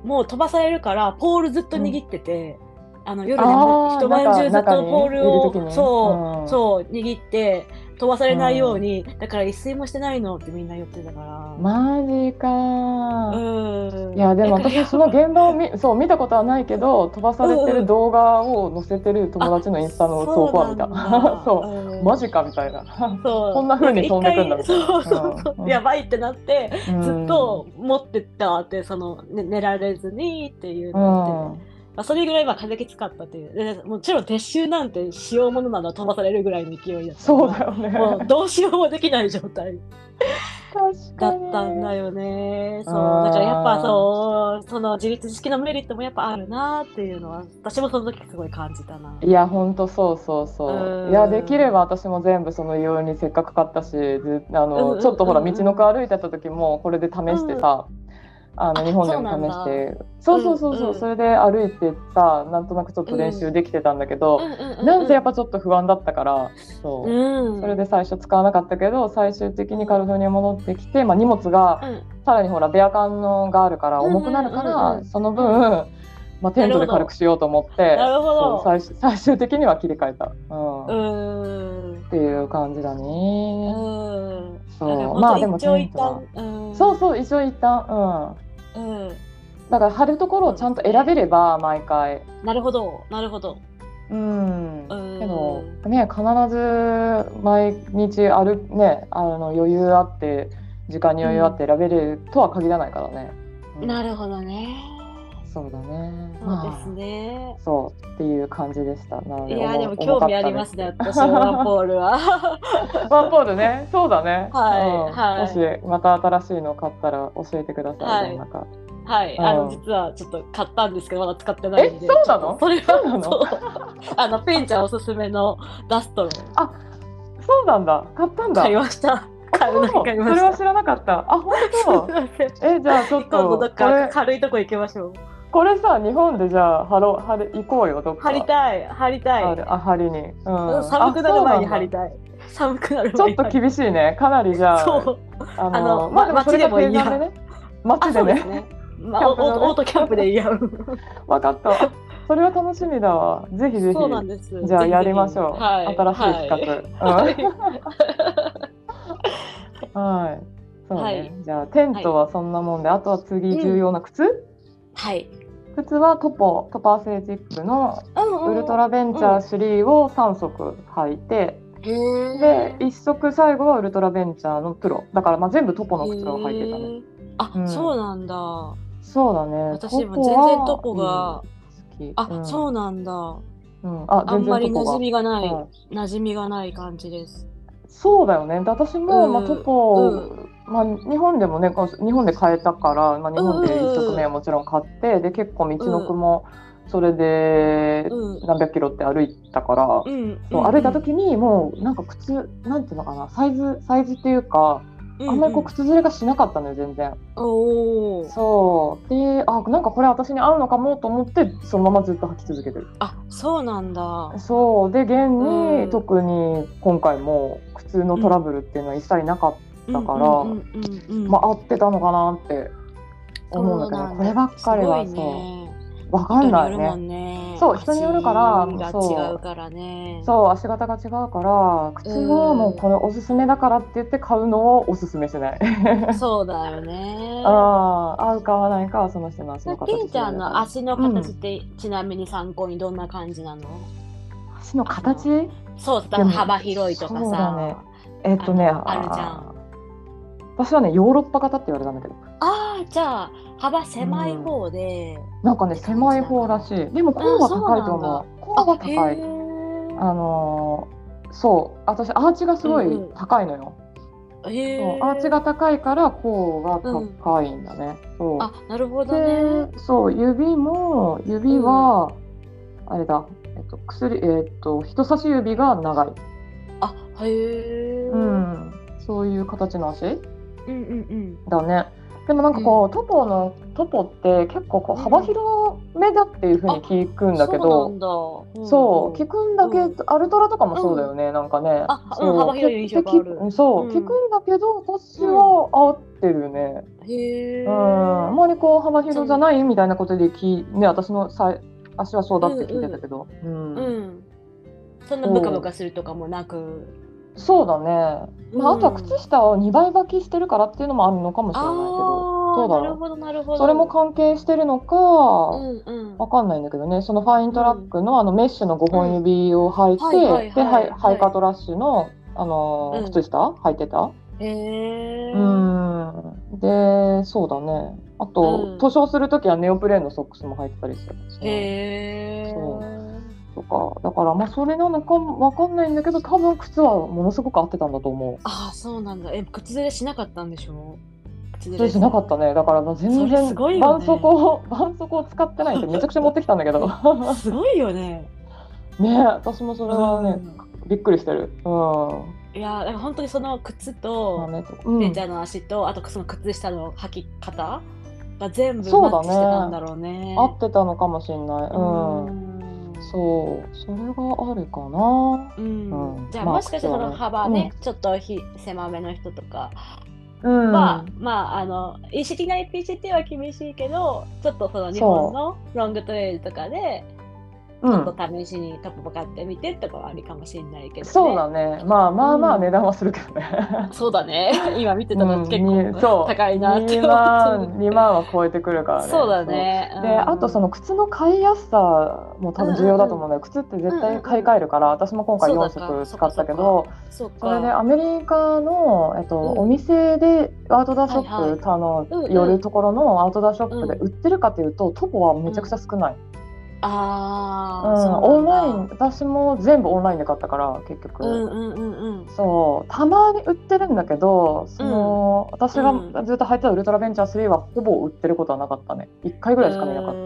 Speaker 3: う、もう飛ばされるからポールずっと握ってて、あの夜で
Speaker 1: あ
Speaker 3: も
Speaker 1: ー
Speaker 3: 一晩中ず
Speaker 1: な
Speaker 3: っ
Speaker 1: んか中
Speaker 3: と
Speaker 1: に
Speaker 3: ポールを
Speaker 1: いる時に
Speaker 3: そう、
Speaker 1: うん
Speaker 3: そう握って飛ばされないように、だから一睡もしてないのってみんな言ってたから。
Speaker 1: マジかー。
Speaker 3: うん
Speaker 1: いやでも
Speaker 3: だから
Speaker 1: 私その現場を見そう見たことはないけど飛ばされてる動画を載せてる友達のインスタの投稿は見た
Speaker 3: そうなんだ
Speaker 1: そう
Speaker 3: うん
Speaker 1: マジかみたいな
Speaker 3: そう
Speaker 1: こんな風に飛んでくんだみたいな
Speaker 3: なんか一回そうそうそう、
Speaker 1: うん
Speaker 3: やばいってなって
Speaker 1: ず
Speaker 3: ずっと持ってったってその、ね、寝られずにっていう
Speaker 1: う
Speaker 3: のって、
Speaker 1: ん
Speaker 3: まあ、それぐらいは風きつかったっていうでもちろん撤収なんてしようものなど飛ばされるぐらいの勢いだったから
Speaker 1: そうだよね
Speaker 3: もうどうしようもできない状態
Speaker 1: 確
Speaker 3: だ
Speaker 1: かに
Speaker 3: ったんだよね。そ う
Speaker 1: あー
Speaker 3: だからやっぱそうその自立式のメリットもやっぱあるなっていうのは私もその時すごい感じたな。
Speaker 1: いやほんとそうそうそう、
Speaker 3: うん
Speaker 1: いやできれば私も全部そのようにせっかく買ったしずあの、
Speaker 3: うんうん
Speaker 1: ちょっとほら
Speaker 3: うんう
Speaker 1: 道
Speaker 3: ん
Speaker 1: のく歩いてた時もこれで試してさ、あの日本で
Speaker 3: そうなん
Speaker 1: も試
Speaker 3: だ
Speaker 1: してそうそうそうそう、
Speaker 3: うんうん
Speaker 1: それで歩いてさなんとなくちょっと練習できてたんだけど、なんせやっぱちょっと不安だったから、そう、
Speaker 3: うん、
Speaker 1: それで最初使わなかったけど最終的にカルフォルニアに戻ってきて、まあ、荷物がさらにほらベア缶のがあるから
Speaker 3: うんうん
Speaker 1: 重くなるから、
Speaker 3: うんうん
Speaker 1: その分、まあ、テントで軽くしようと思って
Speaker 3: なるほ
Speaker 1: そう
Speaker 3: ど。
Speaker 1: 最終最終的には切り替えた、うん
Speaker 3: う
Speaker 1: っ
Speaker 3: ーん。
Speaker 1: ていう感じだね、
Speaker 3: うーん。
Speaker 1: そうまあでも
Speaker 3: 一長
Speaker 1: テ
Speaker 3: 一
Speaker 1: ントは
Speaker 3: 短。うん
Speaker 1: そうそう一応一旦
Speaker 3: う。うん。
Speaker 1: うんだから貼るところをちゃんと選べれば毎回
Speaker 3: なるほど。なるほど。
Speaker 1: うん
Speaker 3: うん
Speaker 1: けどね必ず毎日あるねあの余裕あって時間に余裕あって選べるとは限らないからね、うん
Speaker 3: なるほどね。
Speaker 1: そうだね
Speaker 3: そうですね
Speaker 1: まあ。そうっていう感じでしたなの
Speaker 3: い
Speaker 1: で
Speaker 3: や
Speaker 1: 重
Speaker 3: でも興味ありますね。私はワンポールは。
Speaker 1: ワンポールね、そうだね。
Speaker 3: はい
Speaker 1: うん
Speaker 3: はい
Speaker 1: もしまた新しいの買ったら教えてください。
Speaker 3: はい
Speaker 1: なんか。
Speaker 3: はい。
Speaker 1: うん
Speaker 3: あの実はちょっと買ったんですけどまだ使ってないんで。
Speaker 1: えそうなの
Speaker 3: それ
Speaker 1: そうな
Speaker 3: は
Speaker 1: の
Speaker 3: そう。あのペンちゃんおすすめのダストを
Speaker 1: そうなんだ。買ったんだ。
Speaker 3: 買いました。買うの
Speaker 1: そ
Speaker 3: 買いうま
Speaker 1: それは
Speaker 3: し
Speaker 1: 知らなかった。あ、本
Speaker 3: た。すい
Speaker 1: 当。
Speaker 3: ません。
Speaker 1: え、じゃあちょっ
Speaker 3: 今
Speaker 1: と
Speaker 3: 度どっ
Speaker 1: こ
Speaker 3: か
Speaker 1: れ
Speaker 3: 軽いとこ行きましょう。
Speaker 1: これさ日本でじゃあ貼ろう貼り行こうよどっか。
Speaker 3: 貼りたい貼りたい
Speaker 1: あ。るあ貼りに。うん。
Speaker 3: 寒くなる前に貼り
Speaker 1: た
Speaker 3: たい。寒くなる
Speaker 1: ちょ
Speaker 3: 前
Speaker 1: っ
Speaker 3: に
Speaker 1: と
Speaker 3: 貼りたい。
Speaker 1: 厳しいね。かなりじゃあ。
Speaker 3: そう。
Speaker 1: あ
Speaker 3: あのま
Speaker 1: それが定番でね。
Speaker 3: あ、
Speaker 1: 街
Speaker 3: そ
Speaker 1: で
Speaker 3: うです
Speaker 1: ね。
Speaker 3: ね。ま
Speaker 1: キ
Speaker 3: あ、
Speaker 1: ャ
Speaker 3: オ
Speaker 1: ンプ場ね
Speaker 3: ートキャンプでやる。
Speaker 1: わかった。それは楽しみだわ。ぜひぜひ。
Speaker 3: そうなんです。
Speaker 1: じゃあやりましょう。
Speaker 3: はい、
Speaker 1: 新しい企画。はい。はい。そうね。
Speaker 3: はい
Speaker 1: じゃあテントはそんなもんで、あとは次重要な靴。
Speaker 3: はい。
Speaker 1: 靴はトポトパーセージックの
Speaker 3: うん
Speaker 1: ウルトラベンチャー3を3足履いて、で1足最後はウルトラベンチャーのプロだからまあ全部トポの靴を履いてたね。
Speaker 3: あ、
Speaker 1: うん
Speaker 3: そうなんだ。
Speaker 1: そうだね。
Speaker 3: 私も全
Speaker 1: は
Speaker 3: 然トポが、
Speaker 1: うん好き。
Speaker 3: あ、そううなんだ。
Speaker 1: ん。うんあ
Speaker 3: あんまり馴染みがない、
Speaker 1: うん
Speaker 3: 馴染みがない感じです。
Speaker 1: そうだよね。で私も、
Speaker 3: うん
Speaker 1: まあ、トポを、まあ、日本でもね、こう日本で買えたから、まあ、日本で一足目はもちろん買って、で、結構道のくも、それで
Speaker 3: うん。
Speaker 1: 何百キロって歩いたから、
Speaker 3: うん。
Speaker 1: そう歩いた時にもうなんか靴なんていうのかなサイズサイズっていうか、あんまりこう
Speaker 3: う
Speaker 1: 靴ずれがしなかったのよ全然。
Speaker 3: うん、おお。
Speaker 1: そうであなんかこれ私に合うのかもと思ってそのままずっと履き続けてる。
Speaker 3: あ、そうなんだ。
Speaker 1: そうで現に、
Speaker 3: うん
Speaker 1: 特に今回も靴のトラブルっていうのは一切なかった。だから
Speaker 3: うんうんうんうんうん
Speaker 1: まあ、合ってたのかなって思うんだけど、こればっかりは
Speaker 3: す
Speaker 1: そ
Speaker 3: ごいね
Speaker 1: うわかんない
Speaker 3: 人によるも
Speaker 1: ね
Speaker 3: んね。
Speaker 1: そう人によるから
Speaker 3: 足が違うからね。
Speaker 1: そう足型が違うから靴はもうこれおすすめだからって言って買うのをおすすめしない、
Speaker 3: そうだよね。
Speaker 1: ああ合うか合わないかはその人の足の形
Speaker 3: ピンちゃんの
Speaker 1: 足
Speaker 3: 足の形って、ちなみに参考にどんな感じなの
Speaker 1: の形
Speaker 3: そうだ
Speaker 1: でも
Speaker 3: 幅広いとか
Speaker 1: そうだね
Speaker 3: さ。
Speaker 1: えっとね
Speaker 3: あのあるじゃん
Speaker 1: あー私はねヨーロッパ型って言われたんだけど
Speaker 3: ああ、じゃあ幅狭い方で。
Speaker 1: なんかね狭い方らしいでも甲は高いと思
Speaker 3: あ
Speaker 1: う甲は高
Speaker 3: へ
Speaker 1: い
Speaker 3: ー
Speaker 1: あのーそう私アーチがすごい
Speaker 3: うんうん
Speaker 1: 高いのよ、
Speaker 3: へ
Speaker 1: そう
Speaker 3: ー
Speaker 1: アーチが高いから甲が高いんだね。そう
Speaker 3: あ、なるほどね。
Speaker 1: でそう指も指は、あれだ、えっと、薬えっと人差し指が長い、
Speaker 3: あ、へえ。
Speaker 1: う。ん、そういう形の足
Speaker 3: うんうん
Speaker 1: だね。でもなんかこう、トポのトポって結構こう幅広目だっていうふうに聞くんだけ
Speaker 3: そうな
Speaker 1: ど
Speaker 3: んだ。うん
Speaker 1: そう、聞くんだけ、
Speaker 3: うん
Speaker 1: アルトラとかもそうだよね、なんかね。
Speaker 3: あ
Speaker 1: そう
Speaker 3: うん幅広い印象がある
Speaker 1: 聞くそう、
Speaker 3: うん
Speaker 1: 聞くんだけど、私は合ってるね。
Speaker 3: へえ。
Speaker 1: うん、あんまりこう幅広じゃないみたいなことで聞い、ね、私のさい足はそうだって聞いてたけど。うん、
Speaker 3: うん。そんなムカムカするとかもなく。
Speaker 1: そうだね。まあ、
Speaker 3: う
Speaker 1: あ
Speaker 3: ん
Speaker 1: とは靴下を2倍履きしてるからっていうのもあるのかもしれないけど、
Speaker 3: あ
Speaker 1: そ
Speaker 3: あ、
Speaker 1: うだ
Speaker 3: なるほど、なるほど。
Speaker 1: それも関係してるのか、
Speaker 3: うんうん。
Speaker 1: わかんないんだけどね、そのファイントラックのあのメッシュの5本指を履いて、
Speaker 3: うんはいはいはい
Speaker 1: でハイ
Speaker 3: はい
Speaker 1: ハイカートラッシュの、あのー
Speaker 3: うん
Speaker 1: 靴下履いてた、
Speaker 3: へえ。
Speaker 1: うん、でそうだねあと、
Speaker 3: うん
Speaker 1: 塗装する時はネオプレーンのソックスも履いてたりしてたしね
Speaker 3: へえ。
Speaker 1: そとかだからまあそれなのかもわかんないんだけど多分靴はものすごく合ってたんだと思う
Speaker 3: ああ、そうなんだ。え、靴ずれしなかったんでしょ靴ず
Speaker 1: それしなかったねだから全
Speaker 3: それ
Speaker 1: 然
Speaker 3: すごいよね
Speaker 1: 絆創膏 を絆創膏を使ってないってめちゃくちゃ持ってきたんだけど
Speaker 3: た。すごいよね。
Speaker 1: ね私もそれはね、
Speaker 3: う
Speaker 1: びっくりしてるうん
Speaker 3: んいや、だから本当にその靴と。
Speaker 1: まあねうん
Speaker 3: レンジャーの足と、あとその靴下の履き方が全部
Speaker 1: そ
Speaker 3: マ
Speaker 1: うだ
Speaker 3: ッ
Speaker 1: ね
Speaker 3: チしてたんだろうね。
Speaker 1: 合ってたのかもしれない。うん。
Speaker 3: うん
Speaker 1: そう、それがあるかな。
Speaker 3: うん
Speaker 1: うん
Speaker 3: じゃあ、
Speaker 1: まあ
Speaker 3: もしかしてその幅ね、ちょっとひ狭めの人とか
Speaker 1: うん
Speaker 3: は、まああの意識なり PCT は厳しいけどちょっとその日本のロングトレイルとかで
Speaker 1: う
Speaker 3: ちょっ
Speaker 1: ん
Speaker 3: と。試しにトップかってみてとかはありかもしれないけど、ね、
Speaker 1: そうだね。まあまあまあ
Speaker 3: うん
Speaker 1: 値段はするけどね。
Speaker 3: そうだ ね今見てた
Speaker 1: う
Speaker 3: の
Speaker 1: ん
Speaker 3: 結
Speaker 1: に
Speaker 3: 構
Speaker 1: そう
Speaker 3: 高いなって
Speaker 1: 2
Speaker 3: 思
Speaker 1: 万
Speaker 3: って
Speaker 1: 2万は超えてくるからね。
Speaker 3: そうだね。
Speaker 1: そう。
Speaker 3: うん
Speaker 1: で、あとその靴の買いやすさも多分重要だと思うんだよ。靴って絶対買い替えるから、私も今回
Speaker 3: そう
Speaker 1: 4
Speaker 3: だか
Speaker 1: 足使ったけど、
Speaker 3: そうか
Speaker 1: それでアメリカの、えっと
Speaker 3: うん
Speaker 1: お店でアウトドアショップ、
Speaker 3: はいはい
Speaker 1: あの
Speaker 3: うんうん
Speaker 1: 寄るところのアウトドアショップで売ってるかというと、トコはめちゃくちゃ少ない、
Speaker 3: あ
Speaker 1: う
Speaker 3: あ、
Speaker 1: ん
Speaker 3: そうなんだ
Speaker 1: オンライン私も全部オンラインで買ったから結局、
Speaker 3: うんうんうんうん。
Speaker 1: そうたまに売ってるんだけどその、私がずっと履いてたウルトラベンチャー3はほぼ売ってることはなかったね1回ぐらいしか見なかった、う
Speaker 3: う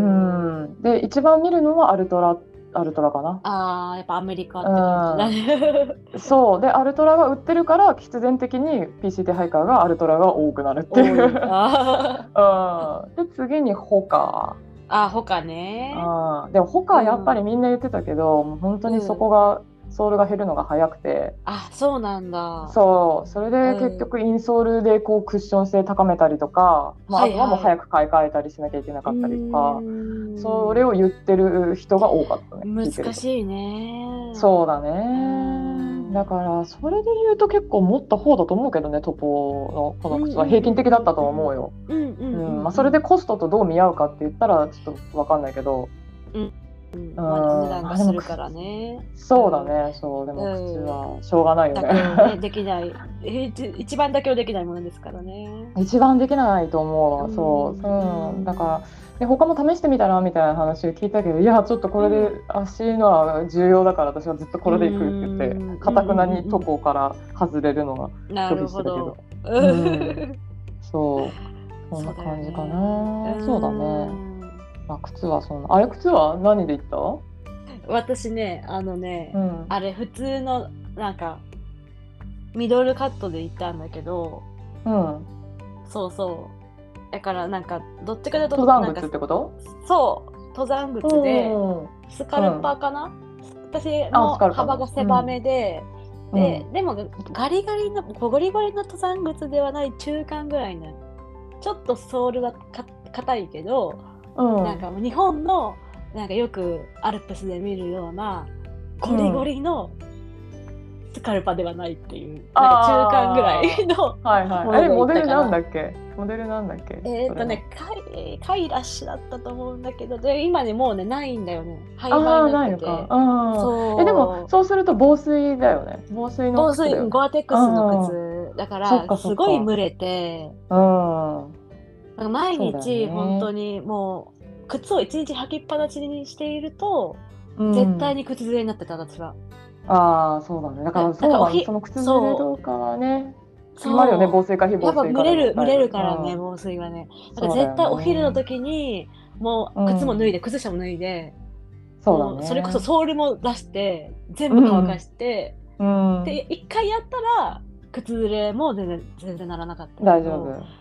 Speaker 3: ん。
Speaker 1: んで一番見るのはアルトラアルトラかな
Speaker 3: ああ、やっぱアメリカって感じだね。
Speaker 1: そうでアルトラが売ってるから必然的に PCT ハイカーがアルトラが多くなるって
Speaker 3: 多
Speaker 1: い
Speaker 3: いうあー
Speaker 1: うんで次にホカ
Speaker 3: あー、ほかね。
Speaker 1: うんでもホカはやっぱりみんな言ってたけど、もう本当にそこが、ソールが減るのが早くて
Speaker 3: あ、そうなんだ。
Speaker 1: そうそれで結局インソールでこうクッション性高めたりとか、まあ、
Speaker 3: は
Speaker 1: あ
Speaker 3: い
Speaker 1: と
Speaker 3: はい
Speaker 1: はもう早く買い替えたりしなきゃいけなかったりとか
Speaker 3: う、ーん
Speaker 1: それを言ってる人が多かったね聞いてる
Speaker 3: 難
Speaker 1: と
Speaker 3: しいね。
Speaker 1: そうだ
Speaker 3: ん
Speaker 1: ねだからそれで言うと結構持った方だと思うけどねトポのこの靴は平均的だったとは思うよ、
Speaker 3: う。うんう、
Speaker 1: うん
Speaker 3: うん
Speaker 1: まあ、それで、コストとどう見合うかって言ったらちょっと分かんないけど
Speaker 3: うんまあ、値段がするからね。
Speaker 1: そうだね、そうでも
Speaker 3: うん
Speaker 1: 口はしょうがないよ
Speaker 3: だ
Speaker 1: ね
Speaker 3: か、らね、できない。 えー、ち一番妥協できないものですからね。
Speaker 1: 一番できないと思うわそう、
Speaker 3: うん
Speaker 1: うんだからで他も試してみたらみたいな話を聞いたけどいやちょっとこれで足のは重要だから私はずっとこれでいくって言
Speaker 3: う
Speaker 1: っ
Speaker 3: ん
Speaker 1: てかたくなにとこから外れるのが
Speaker 3: な
Speaker 1: 拒
Speaker 3: る
Speaker 1: 否して
Speaker 3: ほ
Speaker 1: たけ
Speaker 3: ど
Speaker 1: ど。
Speaker 3: う
Speaker 1: うん
Speaker 3: ん
Speaker 1: そうそんな感じかな
Speaker 3: うん
Speaker 1: そうだね、まあ、靴はそんなあれ靴は何で行っ
Speaker 3: 私ねあのね、
Speaker 1: た、うん、
Speaker 3: あれ普通のなんかミドルカットで行ったんだけど
Speaker 1: うん
Speaker 3: そうそうだからなんかどっちかというと
Speaker 1: 登山
Speaker 3: な
Speaker 1: 靴っ
Speaker 3: んか
Speaker 1: てこと
Speaker 3: そう登山靴で
Speaker 1: うん
Speaker 3: スカルパーかな、私
Speaker 1: あ
Speaker 3: の
Speaker 1: スカルパー
Speaker 3: 幅が狭めで、で、でもガリガリのゴリゴリの登山靴ではない中間ぐらいのちょっとソールがか硬いけど
Speaker 1: うんうん
Speaker 3: なんかもう日本のなんかよくアルプスで見るようなゴリゴリのスカルパではないっていう、なんか中間ぐら いの
Speaker 1: はいはい。あれモ
Speaker 3: ものが
Speaker 1: デ
Speaker 3: い
Speaker 1: ル
Speaker 3: たか
Speaker 1: な
Speaker 3: なん
Speaker 1: だっけ？モデルなんだっけ？
Speaker 3: えっとねカイカイラッシュだったと思うんだけどで今ねもうねないんだよね
Speaker 1: そ
Speaker 3: 廃
Speaker 1: れは。あ
Speaker 3: 盤
Speaker 1: あ
Speaker 3: に
Speaker 1: ーない
Speaker 3: なって
Speaker 1: のか。
Speaker 3: て
Speaker 1: あ
Speaker 3: そう
Speaker 1: あ。えでもそうすると防水だよね。防水の
Speaker 3: 防
Speaker 1: 靴だ
Speaker 3: 水
Speaker 1: よね。
Speaker 3: ゴアテックスの靴だか
Speaker 1: そっからそっ
Speaker 3: す
Speaker 1: か
Speaker 3: ごい蒸れて
Speaker 1: うん。
Speaker 3: なんか毎
Speaker 1: そうだよ
Speaker 3: 日
Speaker 1: ね
Speaker 3: 本当にもう靴を一日履きっぱなしにしていると、
Speaker 1: うん
Speaker 3: 絶対。に靴ずれになってた私は。
Speaker 1: ああそうだね。だからそう
Speaker 3: なんか
Speaker 1: な
Speaker 3: おひ
Speaker 1: の。その靴ずれどうかはね。
Speaker 3: そう
Speaker 1: 決まるよね。防水か非
Speaker 3: や
Speaker 1: 防
Speaker 3: っぱ
Speaker 1: 水かだ
Speaker 3: 蒸れ
Speaker 1: よね。
Speaker 3: る、蒸れるから
Speaker 1: う
Speaker 3: ね、
Speaker 1: ん。
Speaker 3: 防水はね。だ
Speaker 1: そ
Speaker 3: か
Speaker 1: う
Speaker 3: ら
Speaker 1: だよね
Speaker 3: 絶対お昼の時に、もう靴も脱いで、靴下も脱いで、
Speaker 1: そう
Speaker 3: も
Speaker 1: だ
Speaker 3: う
Speaker 1: ね。
Speaker 3: それこそソールも出して、全部乾かして、
Speaker 1: うん。
Speaker 3: で、一回やったら、靴ずれも全然全然ならなかった
Speaker 1: 大丈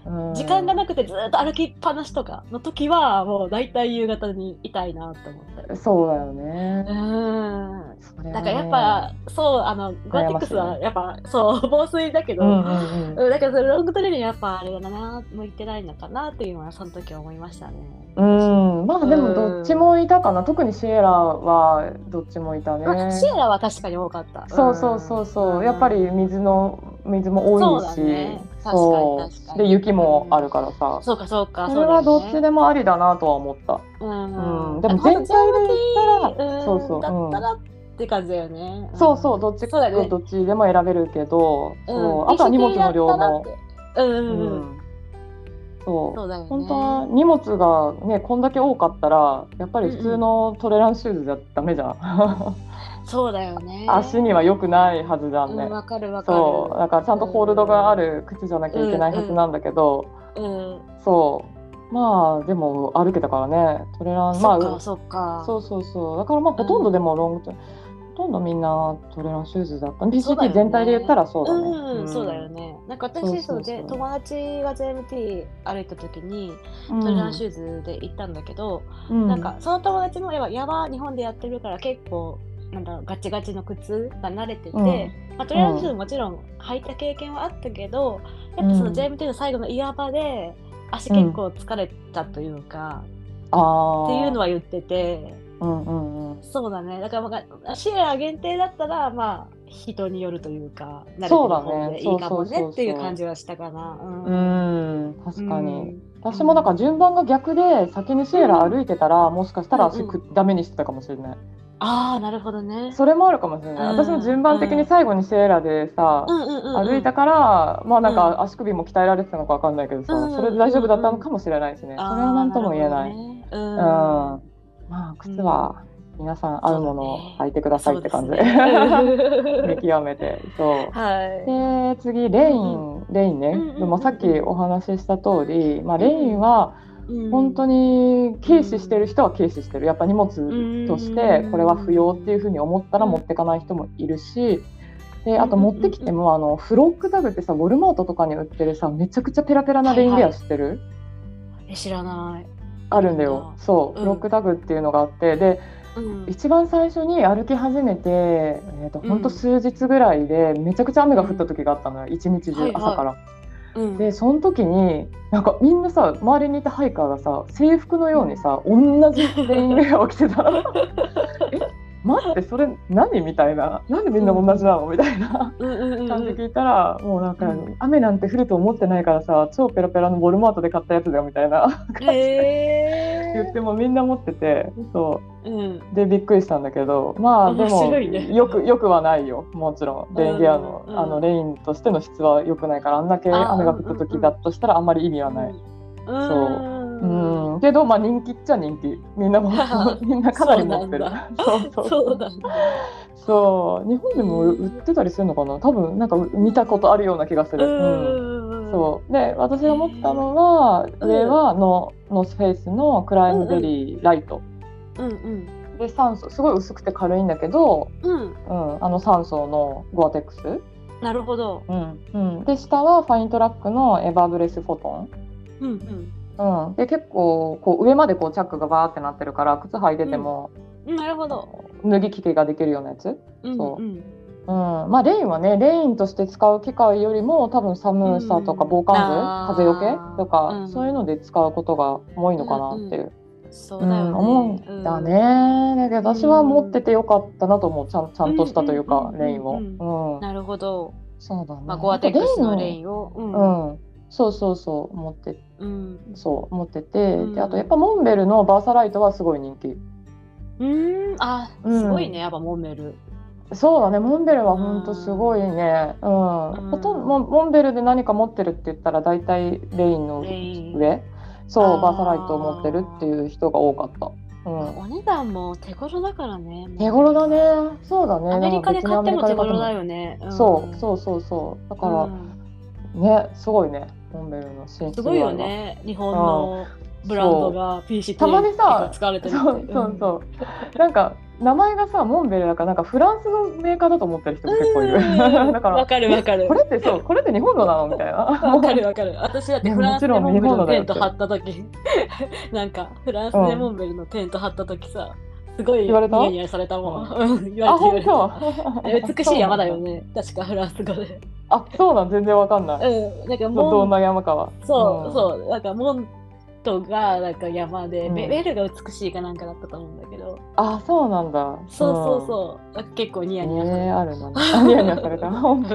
Speaker 1: 夫、うん
Speaker 3: 時間がなくてずーっと歩きっぱなしとかの時はもう大体夕方に痛いなと思ったり
Speaker 1: そうだよねそれ
Speaker 3: うん
Speaker 1: はね
Speaker 3: だからやっぱそうあのゴアテックスはやっぱそう 防水だけど、
Speaker 1: う
Speaker 3: うんん
Speaker 1: うん
Speaker 3: だからそれロングトレーニングやっぱあれだな向いてないのかなっていうのはその時思いましたね。
Speaker 1: うん、うんまあでもどっちもいたかな、特にシエラはどっちもいたね、
Speaker 3: まあ、シエラは確かに多かった。
Speaker 1: そうそうそうそう、
Speaker 3: ん
Speaker 1: やっぱり水の水も多い
Speaker 3: そうだ
Speaker 1: し、
Speaker 3: ね
Speaker 1: そう
Speaker 3: 確かに確か
Speaker 1: で
Speaker 3: に
Speaker 1: 雪もあるからさ、
Speaker 3: そうかそうか。
Speaker 1: それはど
Speaker 3: そう
Speaker 1: っち
Speaker 3: だよね
Speaker 1: でもありだなとは思った。
Speaker 3: うん
Speaker 1: うんでも全体で言ったら
Speaker 3: うん
Speaker 1: そうそう
Speaker 3: だ
Speaker 1: うん
Speaker 3: ったらって感じだよね。
Speaker 1: そうそう、
Speaker 3: ん
Speaker 1: どっち
Speaker 3: そうだね
Speaker 1: どっちでも選べるけど、そう
Speaker 3: うん
Speaker 1: あとは荷物の量も。
Speaker 3: うん
Speaker 1: う
Speaker 3: うんうん。
Speaker 1: んそう
Speaker 3: そうだよね。
Speaker 1: 本当は荷物がねこんだけ多かったらやっぱり普通のトレランシューズじゃダメじゃん、
Speaker 3: そうだよね。
Speaker 1: 足には良くないはずじゃんね、
Speaker 3: うんわかるわかる。
Speaker 1: そうだからちゃんとホールドがある靴じゃなきゃいけないはずなんだけど、
Speaker 3: うん。
Speaker 1: そうまあでも歩けたからねトレランま
Speaker 3: そっ
Speaker 1: あ
Speaker 3: かそっか。
Speaker 1: そうそうそうだからまあほとんどでもロングトレ、ほとんどみんなトレランシューズだった PCT 全体で言ったらそうだね
Speaker 3: うん、そうだよね。なんか私
Speaker 1: そうそう
Speaker 3: そ
Speaker 1: そう
Speaker 3: うで友達が JMT 歩いた時に
Speaker 1: うん
Speaker 3: トレランシューズで行ったんだけど、
Speaker 1: うん
Speaker 3: なんかその友達もやっぱ山日本でやってるから結構なんだろうガチガチの靴が慣れてて、
Speaker 1: うん
Speaker 3: まあ、トレランシューズもちろん履いた経験はあったけど、やっぱその JMT の最後の岩場で足結構疲れたというか、
Speaker 1: あ
Speaker 3: っていう
Speaker 1: は
Speaker 3: のは言ってて。
Speaker 1: うんうんうん
Speaker 3: そうだね。だから、まあ、シエラ限定だったら、まあ、人によるというか、慣れてる
Speaker 1: そうだね
Speaker 3: 方でいいかも
Speaker 1: そうそうそうそ
Speaker 3: ね
Speaker 1: う
Speaker 3: っていう感じはしたかな。
Speaker 1: う
Speaker 3: うん
Speaker 1: ん確かに、
Speaker 3: うん
Speaker 1: 私もなんか順番が逆で先にシエラ歩いてたら、もしかしたら足く、ダメにしてたかもしれない
Speaker 3: ああ、なるほどね。
Speaker 1: それもあるかもしれない、
Speaker 3: うん
Speaker 1: 私も順番的に最後にシエラでさ、
Speaker 3: うんうんうんうん。
Speaker 1: 歩いたからまあなんか足首も鍛えられてたのかわかんないけどさ、
Speaker 3: うん
Speaker 1: それで大丈夫だったのかもしれないしね、それは何とも言えない
Speaker 3: あーるほ
Speaker 1: う
Speaker 3: ど
Speaker 1: ん、
Speaker 3: ね
Speaker 1: まあ靴は皆さんあるものを履いてく
Speaker 3: う
Speaker 1: だ
Speaker 3: ん。
Speaker 1: さいって感じ、
Speaker 3: そうです
Speaker 1: 見
Speaker 3: ね
Speaker 1: 極めてそう
Speaker 3: はい。
Speaker 1: で次レイン、レインね、
Speaker 3: うんうんうん
Speaker 1: でもさっきお話しした通り、まあ、レインは本当に軽視してる人は軽視してるやっぱ荷物として
Speaker 3: うん
Speaker 1: これは不要っていうふうに思ったら持ってかない人もいるしであと持ってきてもあのフロックタグってさウォルマートとかに売ってるさめちゃくちゃペラペラなレインウェア知ってる、
Speaker 3: うん。え、知らない。
Speaker 1: あるんだよそう、
Speaker 3: うん
Speaker 1: フロックタグっていうのがあってで
Speaker 3: うん。
Speaker 1: 一番最初に歩き始めて、えー、と
Speaker 3: うん
Speaker 1: ほんと数日ぐらいでめちゃくちゃ雨が降った時があったのよ一日
Speaker 3: は
Speaker 1: 中
Speaker 3: いはい
Speaker 1: 朝から。
Speaker 3: うん
Speaker 1: でその時になんかみんなさ周りにいたハイカーがさ制服のようにさ同じレインウェアを着て たらえ待ってそれ何みたいななんでみんな同じなのみたいな
Speaker 3: うんうんうんうん
Speaker 1: 感じ聞いたら、もうなんか、
Speaker 3: うん
Speaker 1: 雨なんて降ると思ってないからさ超ペラペラのボルマートで買ったやつだよみたいな
Speaker 3: へ
Speaker 1: 言っ
Speaker 3: ー
Speaker 1: てもみんな持っててそ
Speaker 3: うん。
Speaker 1: うでびっくりしたんだけどまあで
Speaker 3: 面
Speaker 1: も、
Speaker 3: 白いね
Speaker 1: よくよくはないよもちろんレインウェアの,、
Speaker 3: うんうん
Speaker 1: あのレインとしての質は良くないからあんだけ雨が降った時だとしたらあんまり意味はない。
Speaker 3: うん。うん。
Speaker 1: うん、けどまあ人気っちゃ人気みんな も みんなかなり持ってる
Speaker 3: そうな
Speaker 1: そうそうそう
Speaker 3: そうだね。
Speaker 1: 日本でも売ってたりするのかな多分なんか見たことあるような気がする、うん
Speaker 3: そ
Speaker 1: そうで私が持ったのは
Speaker 3: うん
Speaker 1: 上はノ,、ノースフェイスのクライムベリーライト、
Speaker 3: うん。うん
Speaker 1: で3層すごい薄くて軽いんだけど、
Speaker 3: うん。うん。
Speaker 1: うん、あの3層のゴアテックス、
Speaker 3: なるほど。
Speaker 1: うんうん、で下はファイントラックのエバーブレスフォトン
Speaker 3: うんうん。
Speaker 1: うん、で結構こう上までこうチャックがバーってなってるから靴履いてても
Speaker 3: うんなるほど。
Speaker 1: 脱ぎ着けができるようなやつ、うん
Speaker 3: うん
Speaker 1: そう
Speaker 3: うん。
Speaker 1: まあ、レインはねレインとして使う機械よりも多分寒さとか
Speaker 3: うん
Speaker 1: 防寒具、
Speaker 3: あー
Speaker 1: 風よけとか、
Speaker 3: うん
Speaker 1: そういうので使うことが多いのかなっていう、
Speaker 3: そうだよ
Speaker 1: う
Speaker 3: ね。
Speaker 1: ん思うんだね、だけど私は持っててよかったなと思うちゃんちゃんとしたというか、
Speaker 3: うん
Speaker 1: レインを、
Speaker 3: う
Speaker 1: うんん
Speaker 3: うん。なるほど。
Speaker 1: そうだね、
Speaker 3: まあゴアテックスのレ
Speaker 1: ン
Speaker 3: イン
Speaker 1: う
Speaker 3: を。
Speaker 1: んそうそうそう持って
Speaker 3: うん。
Speaker 1: そう持ってて、
Speaker 3: うん
Speaker 1: であとやっぱモンベルのバーサライトはすごい人気。
Speaker 3: うん。うん。あ、
Speaker 1: うん
Speaker 3: すごいね。やっぱモンベル。
Speaker 1: そうだね、モンベルは本当すごいね。うん、
Speaker 3: ん
Speaker 1: ほとんどモンモンベルで何か持ってるって言ったら、大体レインの
Speaker 3: レイン
Speaker 1: 上。そ
Speaker 3: あ
Speaker 1: う、
Speaker 3: ー
Speaker 1: バーサライトを持ってるっていう人が多かった。うん、
Speaker 3: お値段も手頃だからね。
Speaker 1: 手頃だ。ね。そうだね。
Speaker 3: アメリカで買っても手頃だ
Speaker 1: よ。
Speaker 3: よね。うん
Speaker 1: そう、そうそうそう。だか
Speaker 3: うん
Speaker 1: ら、ね、すごいね、モンベルの進
Speaker 3: す
Speaker 1: 出具合
Speaker 3: ごいよ
Speaker 1: は。
Speaker 3: ね。日本のブランドが PC
Speaker 1: たまにさ
Speaker 3: 使われてるって
Speaker 1: そうそうそうなんかなんか名前がさモンベルだからなんかフランスのメーカーだと思ってる人も結構いる
Speaker 3: う ん
Speaker 1: だから
Speaker 3: わかるわかる
Speaker 1: これってそうこれって日本のなのみたいな
Speaker 3: わかるわかる。私だって
Speaker 1: ね
Speaker 3: フランスでモンベルのテント
Speaker 1: もち
Speaker 3: 張
Speaker 1: ろん
Speaker 3: った時 なんかフランスでモンベルのテント張った時さ、すごいニ
Speaker 1: 言われた
Speaker 3: ヤニヤされたもん。うん 言
Speaker 1: あ
Speaker 3: わ
Speaker 1: 本
Speaker 3: れて言わ
Speaker 1: 当
Speaker 3: れて。美しい山だよね。確かフランス語で。
Speaker 1: あそうなん全然わかんない
Speaker 3: うん、なんか
Speaker 1: ど
Speaker 3: モ
Speaker 1: ん
Speaker 3: ン、
Speaker 1: な山かは
Speaker 3: そう、
Speaker 1: う
Speaker 3: そう、なんかモントがなんか山で、
Speaker 1: うん
Speaker 3: ベベルが美しいかなんかだったと思うんだけど、
Speaker 1: んあそうなんだ
Speaker 3: そうそうそう、なんか結構ニヤニヤされ
Speaker 1: ね
Speaker 3: た。
Speaker 1: あるな あニヤニヤされ た本当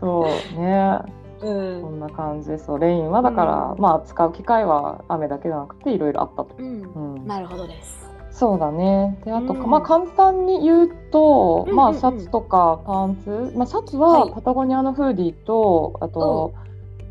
Speaker 1: そうね
Speaker 3: うん
Speaker 1: こんな感じそうレインはだから、
Speaker 3: うん
Speaker 1: まあ使う機会は雨だけじゃなくていろいろあったと、
Speaker 3: うん、
Speaker 1: うん
Speaker 3: なるほどです。
Speaker 1: そうだねであとか、
Speaker 3: うん
Speaker 1: まあ簡単に言うと、
Speaker 3: うんうんうん
Speaker 1: まあシャツとかパンツ、まあ、シャツ
Speaker 3: は
Speaker 1: はいパタゴニアのフーディーと、あと、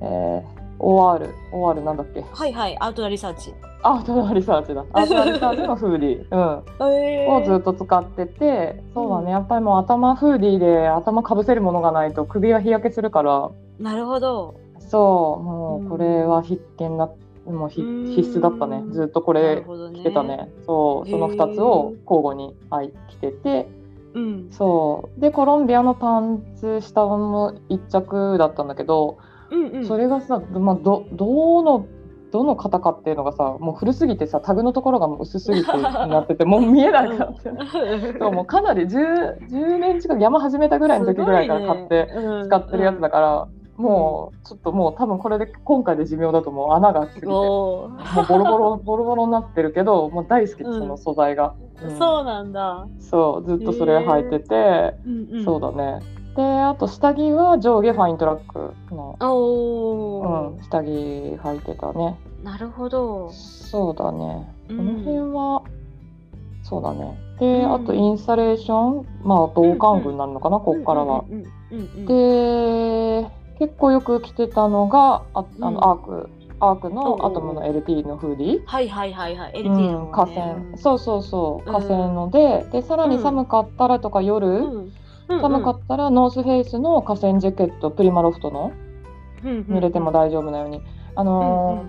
Speaker 1: えー OR OR なんだっけ
Speaker 3: はいはい、アウトドアリサーチ。
Speaker 1: アウトドアリサーチだアウトドアリサーチのフーディー、
Speaker 3: え
Speaker 1: うん、をずっと使っててそうだねやっぱりもう頭フーディーで頭かぶせるものがないと首は日焼けするから
Speaker 3: なるほど。
Speaker 1: そう、もうこれは必見だ、もうひ
Speaker 3: うん
Speaker 1: 必須だったね。ずっとこ
Speaker 3: なる
Speaker 1: れ
Speaker 3: ほどね
Speaker 1: 着てたね。。そう、その
Speaker 3: へー
Speaker 1: 2つを交互に、はい、着てて、
Speaker 3: うん。
Speaker 1: そう。で、コロンビアのパンツ、下も1着だったんだけど、
Speaker 3: うんうん。
Speaker 1: それがさ、まあ、ど、どの、どの型かっていうのがさ、もう古すぎてさ、タグのところがもう薄すぎてなって て、もう見えなくなって。そう、もうかなり 10, 10年近く山始めたぐらいの時ぐらいから買って、使ってるやつだ
Speaker 3: か
Speaker 1: から、もうちょっともう多分これで今回で寿命だと思う穴が開きすぎてもう
Speaker 3: おー
Speaker 1: ボロボロ ボロボロになってるけどもう大好き
Speaker 3: うん
Speaker 1: その素材が、うん
Speaker 3: そうなんだ。
Speaker 1: そうずっとそれを履いてて、
Speaker 3: うんうん。
Speaker 1: そうだねであと下着は上下ファイントラックの、う
Speaker 3: おお
Speaker 1: ん、、下着履いてたね
Speaker 3: なるほど。
Speaker 1: そうだね
Speaker 3: う
Speaker 1: この辺
Speaker 3: ん。
Speaker 1: は、そうだね
Speaker 3: う
Speaker 1: で
Speaker 3: ん
Speaker 1: あとインスタレーションまあ防寒具になるのかな、ここからは、
Speaker 3: うんうんうん。で、
Speaker 1: で結構よく着てたのがああ
Speaker 3: うん
Speaker 1: のアーク、アーク
Speaker 3: おうおう
Speaker 1: のアトムの LT のフーディー。
Speaker 3: はいはいはいはい。LT
Speaker 1: うん、
Speaker 3: の
Speaker 1: 河
Speaker 3: ね
Speaker 1: 川、
Speaker 3: うん
Speaker 1: そうそうそう河川ので,、でさらに寒かったらとか夜、
Speaker 3: うん。
Speaker 1: 寒か
Speaker 3: っ
Speaker 1: ったらノースフェイスの河川ジャケットプリマロフトの
Speaker 3: た。濡
Speaker 1: 濡れても大丈夫なように、あ
Speaker 3: うん
Speaker 1: の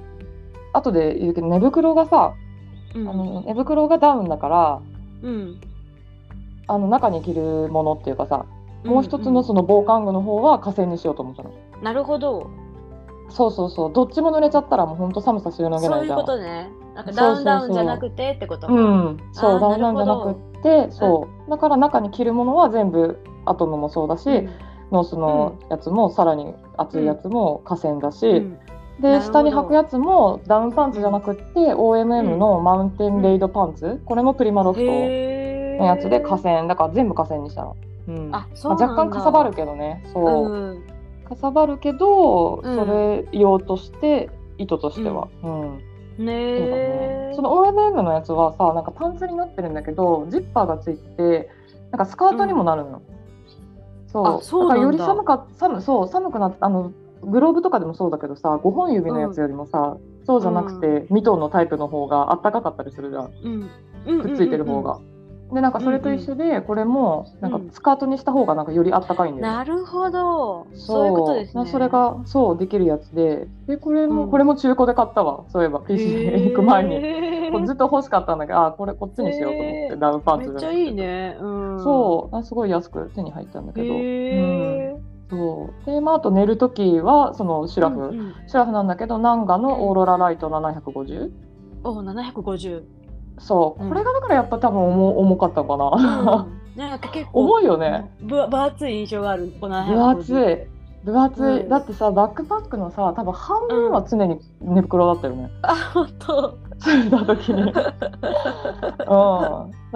Speaker 1: ー後で言うけど寝袋がさ、
Speaker 3: うん。
Speaker 1: あの寝袋がダウンだから
Speaker 3: うん。
Speaker 1: あの中に着るものっていうかさもう一つのその防寒具の方は河川にしようと思ったの。
Speaker 3: うん。なるほど。
Speaker 1: そうそうそうどっちも濡れちゃったらもうほんと寒さしのげ
Speaker 3: そ
Speaker 1: な
Speaker 3: う
Speaker 1: い
Speaker 3: い
Speaker 1: じ
Speaker 3: う
Speaker 1: ゃん
Speaker 3: ことね。なんか
Speaker 1: そうそうそう
Speaker 3: ダウンダウンじゃなくてってことか。
Speaker 1: うんそ
Speaker 3: あ
Speaker 1: う
Speaker 3: ー
Speaker 1: だんだんじゃ
Speaker 3: な
Speaker 1: な
Speaker 3: るほ
Speaker 1: く
Speaker 3: ど
Speaker 1: ってそうだから中に着るものは全部アトムもそうだし、
Speaker 3: うん
Speaker 1: ノースのやつもさらに厚いやつも河川だし、
Speaker 3: うんなる
Speaker 1: で
Speaker 3: ほど
Speaker 1: 下に履くやつもダウンパンツじゃなくって OMM のマウンテンレイドパンツ、これもプリマロフトの
Speaker 3: へー
Speaker 1: やつで河川だから全部河川にしたの。うん
Speaker 3: あ、そ
Speaker 1: まあ
Speaker 3: うなんだ
Speaker 1: 若干かさばるけどねそう、
Speaker 3: うん。
Speaker 1: かさばるけど、
Speaker 3: うん
Speaker 1: それ用として意図としては、うん
Speaker 3: ね
Speaker 1: そうだ
Speaker 3: え
Speaker 1: ね。その O&M のやつはさなんかパンツになってるんだけどジッパーがついてなんかスカートにもなるの、そう
Speaker 3: あそうなんだ
Speaker 1: からより寒か寒そう寒くなってあのグローブとかでもそうだけどさ5本指のやつよりもさ、そうじゃなくて、ミトンのタイプの方があったかかったりするじゃん
Speaker 3: うんうん
Speaker 1: くっついてる方が、でなんかそれと一緒で、これもなんか
Speaker 3: うん
Speaker 1: スカートにした方がなんかよりあったかいんだよね
Speaker 3: なるほどそういうことです
Speaker 1: な
Speaker 3: ね
Speaker 1: それがそうできるやつででこれも、
Speaker 3: うん
Speaker 1: これも中古で買ったわそういえば PC に行く前に、こうずっと欲しかったんだけどあこれこっちにしようと思って、
Speaker 3: へー
Speaker 1: ダウンパン
Speaker 3: め
Speaker 1: ツ
Speaker 3: っち
Speaker 1: じゃ
Speaker 3: ゃ
Speaker 1: なくて
Speaker 3: いいねうん
Speaker 1: そうあすごい安く手に入ったんだけど、
Speaker 3: へー
Speaker 1: そうで、まあ、あと寝る時はそのシュラフ、
Speaker 3: うんうん
Speaker 1: シュラフなんだけどナンガのオーロラライト750
Speaker 3: お750
Speaker 1: そう
Speaker 3: うん
Speaker 1: これがだからやっぱ多分重重かったのか な、
Speaker 3: うんなんか結構
Speaker 1: 重いよね
Speaker 3: ぶ分厚い印象があるこの
Speaker 1: 分厚
Speaker 3: 750
Speaker 1: い分厚い、
Speaker 3: うん
Speaker 1: だってさバックパックのさ多分半分は常に寝袋だったよね、
Speaker 3: あ本当
Speaker 1: 着いた時にうんだ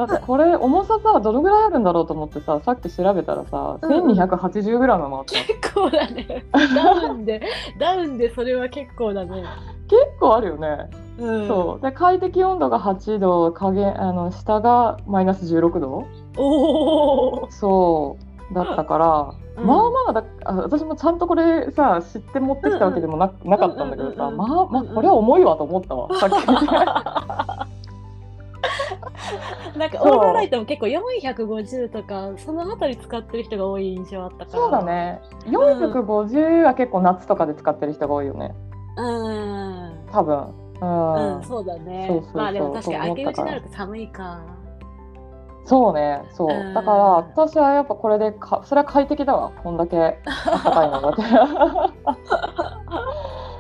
Speaker 1: ってこれ重ささどのぐらいあるんだろうと思ってささっき調べたらさ
Speaker 3: うん
Speaker 1: 1280g もあった、
Speaker 3: 結構だねダウンでダウンでそれは結構だね
Speaker 1: 結構あるよね、
Speaker 3: うん
Speaker 1: そうで快適温度が8度影あの下がマイナス16度
Speaker 3: おお
Speaker 1: そうだったから、
Speaker 3: うん
Speaker 1: まあまあだあ私もちゃんとこれさ知って持ってきたわけでもな,、なかったんだけどさ、
Speaker 3: うんうんうんうん
Speaker 1: まあまあこれは重いわと思った わさっき見て
Speaker 3: なんか
Speaker 1: そう
Speaker 3: オールライトも結構450とかそのあたり使ってる人が多い印象あったから
Speaker 1: そうだね450は結構夏とかで使ってる人が多いよね
Speaker 3: うん
Speaker 1: 多分うん
Speaker 3: うん、そうだね。
Speaker 1: そうそうそう
Speaker 3: まあでも確かに
Speaker 1: と思
Speaker 3: 明
Speaker 1: ったから
Speaker 3: け口になると寒いか。
Speaker 1: そうね、そう。
Speaker 3: うん
Speaker 1: だから私はやっぱこれでか、それは快適だわ。こんだけ暖かいのだ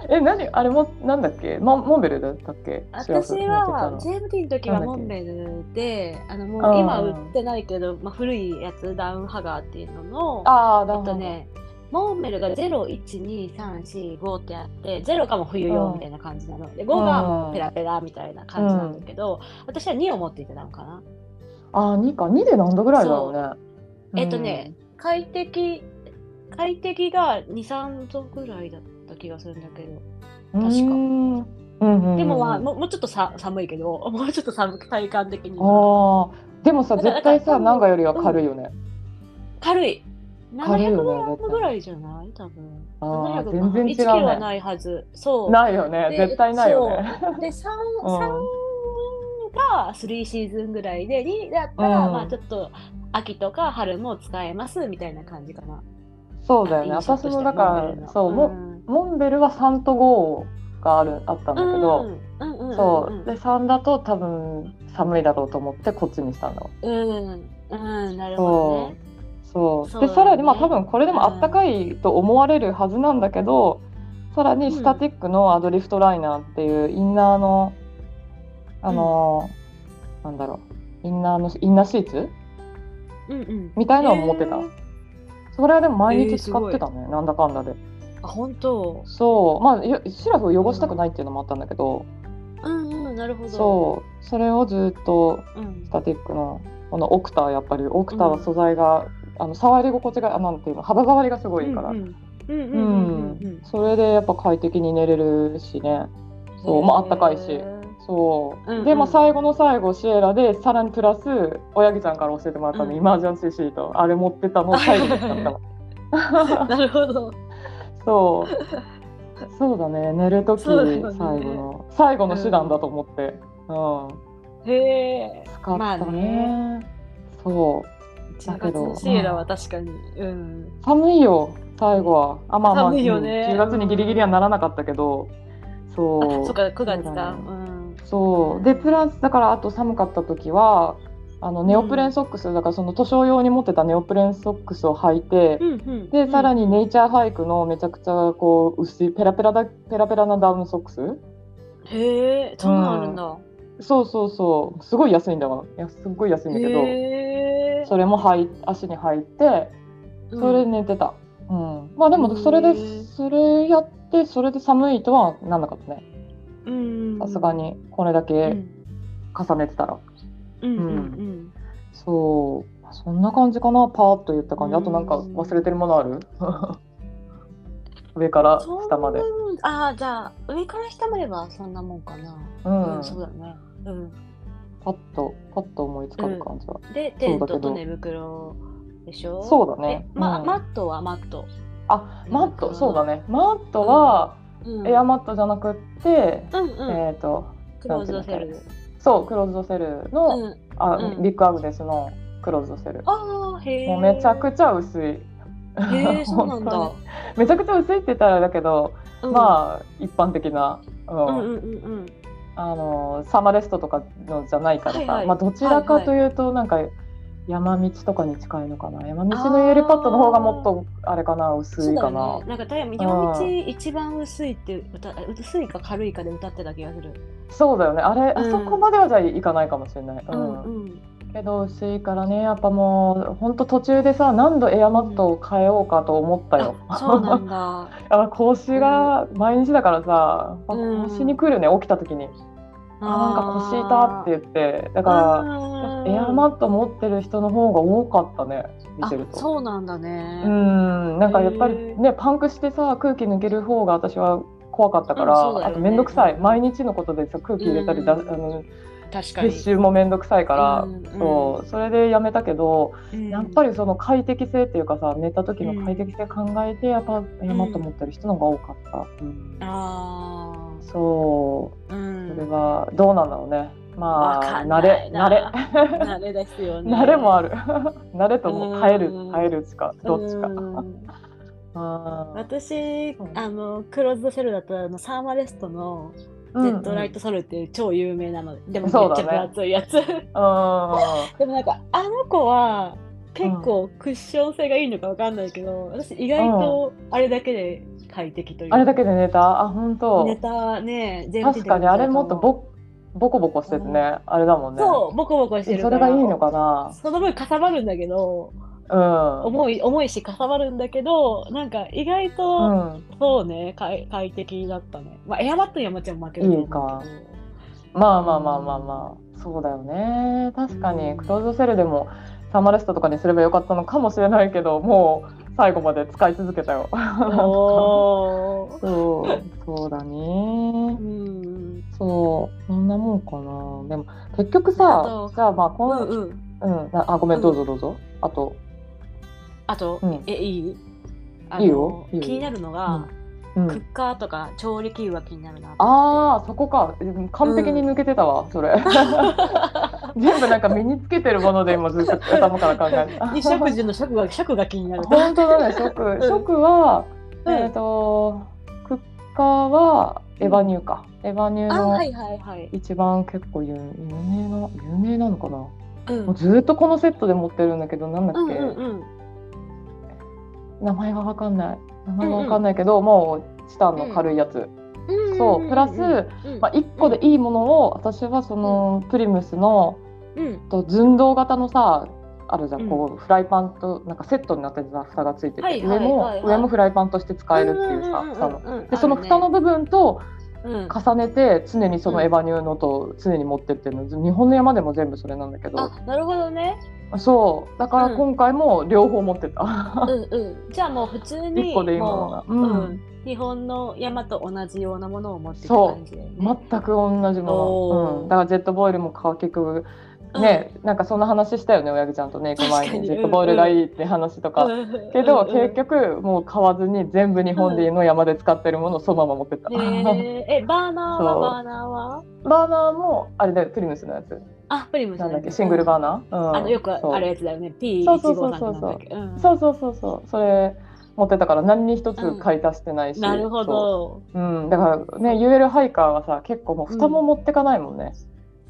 Speaker 1: って。え、何あれもなんだっけ？モンモンベルだったっけ？
Speaker 3: 私は JMT の時はモンベルで、あのもう今売ってないけど、まあ、古いやつダウンハガーっていうのの、
Speaker 1: ああー、なる
Speaker 3: えっ
Speaker 1: ほ
Speaker 3: と
Speaker 1: ど。
Speaker 3: ね、モンベルが01234ってあって0がもう冬用みたいな感じなので5がもうペラペラみたいな感じなんだけど、私は2を持っていたのかな。
Speaker 1: ああ、二か二で何度ぐらいだろうね。うん
Speaker 3: えっとね、快適快適が23度ぐらいだった気がするんだけど
Speaker 1: う
Speaker 3: 確か
Speaker 1: んうんうん
Speaker 3: でもまあもうもうちょっとさ寒いけど もうちょっと寒く体感的には
Speaker 1: ああ、でも さ、
Speaker 3: だから
Speaker 1: 絶対
Speaker 3: だ
Speaker 1: さ、
Speaker 3: から
Speaker 1: なんかよりは軽いよね。
Speaker 3: 軽い
Speaker 1: 軽いよね
Speaker 3: 700
Speaker 1: 絶対
Speaker 3: ぐらいじゃない多分
Speaker 1: ああ、
Speaker 3: 700
Speaker 1: 全然違
Speaker 3: 1キロは
Speaker 1: うね。
Speaker 3: ないはずそう
Speaker 1: ないよね、
Speaker 3: で
Speaker 1: 絶対ないよね。
Speaker 3: で 3,
Speaker 1: うん
Speaker 3: 3が3シーズンぐらいで2だったら、
Speaker 1: うん
Speaker 3: まあちょっと秋とか春も使えますみたいな感じかな。
Speaker 1: そうだよね、
Speaker 3: 印象
Speaker 1: 私
Speaker 3: として
Speaker 1: もだから、そう、
Speaker 3: モ
Speaker 1: も
Speaker 3: ンベルの
Speaker 1: モンベルは3と5があるあったんだけど、
Speaker 3: うんうんうんうんうん
Speaker 1: そうで3だと多分寒いだろうと思ってこっちにしたんだわ
Speaker 3: うん、うん、なるほどね。
Speaker 1: そう
Speaker 3: そうだ
Speaker 1: で
Speaker 3: ね
Speaker 1: さらにまあ多分これでもあったかいと思われるはずなんだけど、さらにスタティックのアドリフトライナーっていうインナーのあのーなんだろうインナーのインナーシーツ
Speaker 3: うんうん。
Speaker 1: みたいなのを持ってた、
Speaker 3: えー
Speaker 1: それはでも毎
Speaker 3: えー
Speaker 1: 日
Speaker 3: す
Speaker 1: 使
Speaker 3: ご
Speaker 1: っ
Speaker 3: い
Speaker 1: てたね、なんだかんだで
Speaker 3: あ、本当。
Speaker 1: そうまあよシラフを汚したくないっていうのもあったんだけど、
Speaker 3: うんうん、なるほど。
Speaker 1: そうそれをずっと
Speaker 3: う。うん
Speaker 1: ス。タティックのこのオクターやっぱりオクターは素材が、あの触り心地があなんていうの肌触りがすごいから、
Speaker 3: う
Speaker 1: うん
Speaker 3: んうんうんうんうん
Speaker 1: それでやっぱ快適に寝れるしね
Speaker 3: うん。
Speaker 1: そうまああったかいし
Speaker 3: へー
Speaker 1: そう、
Speaker 3: うんうん
Speaker 1: でまあ最後の最後シエラでさらにプラス親木ちゃんから教えてもらったの、
Speaker 3: うん
Speaker 1: イマージェンシーシートあれ持ってた の最後だったんだもん
Speaker 3: なるほど。
Speaker 1: そうそうだね寝る時
Speaker 3: そうだ
Speaker 1: 最
Speaker 3: ね
Speaker 1: 後の、最後の手段だと思って、うん
Speaker 3: へえ。
Speaker 1: 使ったね,、
Speaker 3: まあね
Speaker 1: そうだ
Speaker 3: 10
Speaker 1: け
Speaker 3: 月
Speaker 1: ど
Speaker 3: のシエラは確かに。うん。
Speaker 1: 寒いよ最後はあまあまあ
Speaker 3: 寒いよね
Speaker 1: うん10月にギリギリはならなかったけど
Speaker 3: あ
Speaker 1: そう
Speaker 3: そっか、9月
Speaker 1: そう
Speaker 3: か。
Speaker 1: だ
Speaker 3: う
Speaker 1: ね
Speaker 3: ん。
Speaker 1: そうでプラスだからあと寒かった時はあのネオプレンソックス、だからその図書用に持ってたネオプレンソックスを履いて、
Speaker 3: うんうん。
Speaker 1: でさら
Speaker 3: に。
Speaker 1: にネイチャーハイクのめちゃくちゃこう薄いペラペラだペラペラなダウンソックス
Speaker 3: へえ、そんなんあるんだ。
Speaker 1: そうそうそうすごい安いんだわいやすっごい安いんだけど
Speaker 3: へえ。
Speaker 1: それも履い足に履いて
Speaker 3: うん
Speaker 1: それで寝てた。うん。まあでもそれ
Speaker 3: へ
Speaker 1: で
Speaker 3: ー
Speaker 1: それやってそれで寒いとはなんなかったね。
Speaker 3: うん。
Speaker 1: さすがにこれだ
Speaker 3: う
Speaker 1: け
Speaker 3: ん。
Speaker 1: 重ねてたら。
Speaker 3: うんうん
Speaker 1: そう。まあそんな感じかな。パーッと言った感じ。
Speaker 3: うん
Speaker 1: あとなんか忘れてるものある？ 上から
Speaker 3: うん。そんなも
Speaker 1: 下ま
Speaker 3: ん
Speaker 1: で。。
Speaker 3: ああ、じゃあ、上から下まではそんなもんかな。
Speaker 1: うん。
Speaker 3: うん、そうだね。うん。
Speaker 1: パッとパッと思いつかる感じは。
Speaker 3: で、テントと寝袋でしょ
Speaker 1: そうだね。
Speaker 3: えま、
Speaker 1: うん
Speaker 3: マットはマット。
Speaker 1: あマット
Speaker 3: うん
Speaker 1: そうだね。マットは
Speaker 3: うん
Speaker 1: エアマットじゃなくって
Speaker 3: うんうん。
Speaker 1: えっと
Speaker 3: クローズドセル。
Speaker 1: そうクローズドセル
Speaker 3: う
Speaker 1: の
Speaker 3: ん。
Speaker 1: あ
Speaker 3: うん
Speaker 1: ビッグアグネスのクローズドセル。
Speaker 3: ああ、へえ。
Speaker 1: もうめちゃくちゃ薄い。
Speaker 3: へえ、そうなんだ
Speaker 1: 本。当にめちゃくちゃ薄いって言ったらあれだけど、まあ一般的な、うん
Speaker 3: あうんうんうんうん。
Speaker 1: あのサマレストとかのじゃないからさ、
Speaker 3: はいはい
Speaker 1: まあ、どちらかというとなんか山道とかに近いのかな、山道のエリパッドの方がもっとあれかな薄
Speaker 3: そう
Speaker 1: い
Speaker 3: だ
Speaker 1: か
Speaker 3: よ
Speaker 1: な、
Speaker 3: ね。なんか、たや、山道一番薄いって歌、薄いか軽いかで歌ってた気がする。
Speaker 1: そうだよねあれ、
Speaker 3: うん
Speaker 1: あそこまではじゃあいかないかもしれない、う
Speaker 3: うんんうん。
Speaker 1: けど薄いからねやっぱもうほんと途中でさ何度エアマットを変えようかと思ったよ、
Speaker 3: あそうなんだ。
Speaker 1: あ腰が毎日だからさ、
Speaker 3: うん
Speaker 1: 腰にくるね起きた時に、あなんか腰痛って言ってだから
Speaker 3: あー
Speaker 1: エアマット持ってる人の方が多かったね見てる
Speaker 3: あ
Speaker 1: と。
Speaker 3: そうなんだね。
Speaker 1: う
Speaker 3: うん
Speaker 1: んなんかやっぱり
Speaker 3: へー
Speaker 1: ねパンクしてさ空気抜ける方が私は怖かったから、
Speaker 3: うんそうだ
Speaker 1: あ
Speaker 3: よね
Speaker 1: と面倒くさい毎日のことでさ空気入れたりだ、
Speaker 3: うん
Speaker 1: あの
Speaker 3: 確かに。
Speaker 1: 撤収も面倒くさいから、
Speaker 3: うんうん
Speaker 1: そうそれでやめたけど、
Speaker 3: うん
Speaker 1: やっぱりその快適性っていうかさ寝た時の快適性考えてやっぱエアマット持ってる人の方が多かった。うん
Speaker 3: あ
Speaker 1: そう
Speaker 3: あ、う
Speaker 1: それ
Speaker 3: ん。
Speaker 1: はどうなんだろうね。ま
Speaker 3: わ
Speaker 1: あ
Speaker 3: かんな
Speaker 1: 慣れ
Speaker 3: いな
Speaker 1: 慣れ
Speaker 3: 慣れですよ ね。
Speaker 1: 慣れもある。慣れともう変える
Speaker 3: うん
Speaker 1: 変えるしかどっちか。
Speaker 3: うん
Speaker 1: あー
Speaker 3: 私
Speaker 1: う、ん
Speaker 3: あの、クローズドシェルだったあのサーマレストの、
Speaker 1: うん
Speaker 3: ットライトソルっていう超有名なのでもめっ
Speaker 1: そうだ
Speaker 3: ち
Speaker 1: ね
Speaker 3: ゃ分厚いやつ
Speaker 1: あ
Speaker 3: でもなんかあの子は結構クッション性がいいのかわかんないけど私意外とあれだけで快適という
Speaker 1: あれだけで寝たあ本
Speaker 3: ネ
Speaker 1: 当
Speaker 3: タね全部出
Speaker 1: 確
Speaker 3: てくる
Speaker 1: かにあれもっと
Speaker 3: から
Speaker 1: ボボコボコしててねあれだもんね
Speaker 3: そうボコボコしてる
Speaker 1: それがいいのかな
Speaker 3: その分かさばるんだけど
Speaker 1: うん
Speaker 3: 重い重いしかさばるんだけどなんか意外と、
Speaker 1: うん
Speaker 3: そうね、快快適だったね。まあ、エアバットにはもちろん負けると思うけど
Speaker 1: いいまあまあまあまあまあそうだよね確か
Speaker 3: う
Speaker 1: に
Speaker 3: ん
Speaker 1: クローズセルでもサマーレストとかにすればよかったのかもしれないけどもう最後まで使い続けたよ
Speaker 3: お
Speaker 1: そ
Speaker 3: ー
Speaker 1: う そうだね
Speaker 3: うん。
Speaker 1: そうそんなもんかなでも結局
Speaker 3: あと
Speaker 1: さじゃあまあこ
Speaker 3: う
Speaker 1: の
Speaker 3: んうん。
Speaker 1: うん、ああごめ
Speaker 3: うんん
Speaker 1: どうぞどうぞ、あと
Speaker 3: あと、
Speaker 1: うん
Speaker 3: え、いいあの
Speaker 1: いいよいいよ
Speaker 3: 気になるのが、
Speaker 1: うん、
Speaker 3: クッカーとか調理器具が気になるな。
Speaker 1: あーそこかうん完璧に抜けてたわ、それ 全部なんか身につけてるもので今ずっと頭から考えて
Speaker 3: 衣 食住の食が食が気になる。
Speaker 1: 本当だね食食は、
Speaker 3: うん
Speaker 1: えっ、とクッカーはエヴァニューか、エヴァニュー
Speaker 3: あ、は
Speaker 1: の
Speaker 3: いはいはい。
Speaker 1: 一番結構有有名な有名なのかな、
Speaker 3: うん。う
Speaker 1: もうんずっとこのセットで持ってるんだけどなんだ
Speaker 3: う
Speaker 1: っ
Speaker 3: ん
Speaker 1: け、
Speaker 3: うん。
Speaker 1: 名前はわかんない名前はわかんないけど、もうチタンの軽いやつ、
Speaker 3: うん
Speaker 1: そうプラス、
Speaker 3: うん
Speaker 1: まあ、1個でいいものを私はそのプリムスの
Speaker 3: うん。
Speaker 1: と寸胴型のさあるじゃん、
Speaker 3: うん
Speaker 1: こうフライパンとなんかセットになってるさ蓋がついてて、
Speaker 3: はい
Speaker 1: 上も、
Speaker 3: はいはいはい
Speaker 1: 上もフライパンとして使えるっていうさ、
Speaker 3: んんんん
Speaker 1: 蓋の。
Speaker 3: うん
Speaker 1: でその蓋の、部分と
Speaker 3: あるねうん
Speaker 1: 重ねて常にそのエヴァニューのと常に持ってってるの日本の山でも全部それなんだけど
Speaker 3: あ、なるほどね。
Speaker 1: そうだから
Speaker 3: うん
Speaker 1: 今回も両方持ってた
Speaker 3: うんうん。じゃあもう普通に。
Speaker 1: 一個でいいものが
Speaker 3: もう
Speaker 1: う
Speaker 3: うんん。日本の山と同じようなものを持ってきた
Speaker 1: そう
Speaker 3: 感じだよね。
Speaker 1: 全く同じもの、
Speaker 3: おー
Speaker 1: うん、だからジェットボイルも結局
Speaker 3: うん
Speaker 1: ね、なんかそんな話したよね親父ちゃんとね行く前
Speaker 3: 確か
Speaker 1: に
Speaker 3: に
Speaker 1: ジェットボイルがいいって話とか、
Speaker 3: うん
Speaker 1: けど、
Speaker 3: うん
Speaker 1: 結局もう買わずに全部日本での山で使ってるものをそのまま持ってった、
Speaker 3: ねええバーナー
Speaker 1: そう
Speaker 3: はバーナーは
Speaker 1: バーナーもあれだよプリムスのやつ
Speaker 3: あプリムス
Speaker 1: な
Speaker 3: の
Speaker 1: ん
Speaker 3: やつ
Speaker 1: だっけシングルバーナー、うん
Speaker 3: あのよく
Speaker 1: そう
Speaker 3: あるやつだよね P153
Speaker 1: そうそうそうそう
Speaker 3: なんだっけうん
Speaker 1: そうそうそうそうそれ持ってたから何に一つ買い足してないし、
Speaker 3: なるほど
Speaker 1: そう、うん、だからね UL ハイカーはさ結構もう蓋も持ってかないもんね、
Speaker 3: うん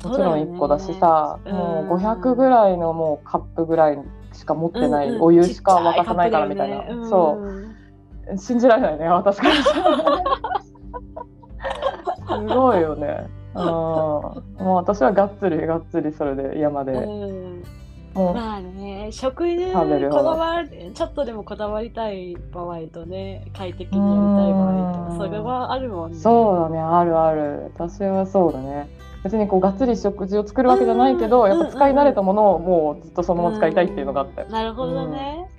Speaker 1: もちろん1個だしさ
Speaker 3: そうだよね
Speaker 1: もう
Speaker 3: うん
Speaker 1: 500ぐらいのもうカップぐらいしか持ってない、
Speaker 3: うんうん
Speaker 1: お湯しか沸かさないからみたいな、
Speaker 3: ちっちゃカップだよね
Speaker 1: そう
Speaker 3: うん
Speaker 1: 信じられないね私からしたらすごいよ ねうんもう私はがっつりがっつりそれで山で、
Speaker 3: うん
Speaker 1: も
Speaker 3: まあね食に
Speaker 1: 食べる方
Speaker 3: こだわるちょっとでもこだわりたい場合とね快適にやりたい場合
Speaker 1: うん
Speaker 3: とそれはあるもん
Speaker 1: う
Speaker 3: ね
Speaker 1: そうだねあるある私はそうだね別にこうがっつり食事を作るわけじゃないけど、
Speaker 3: うん
Speaker 1: やっぱ使い慣れたものをもうずっとそのまま使いたいっていうのがあって、
Speaker 3: んなるほどね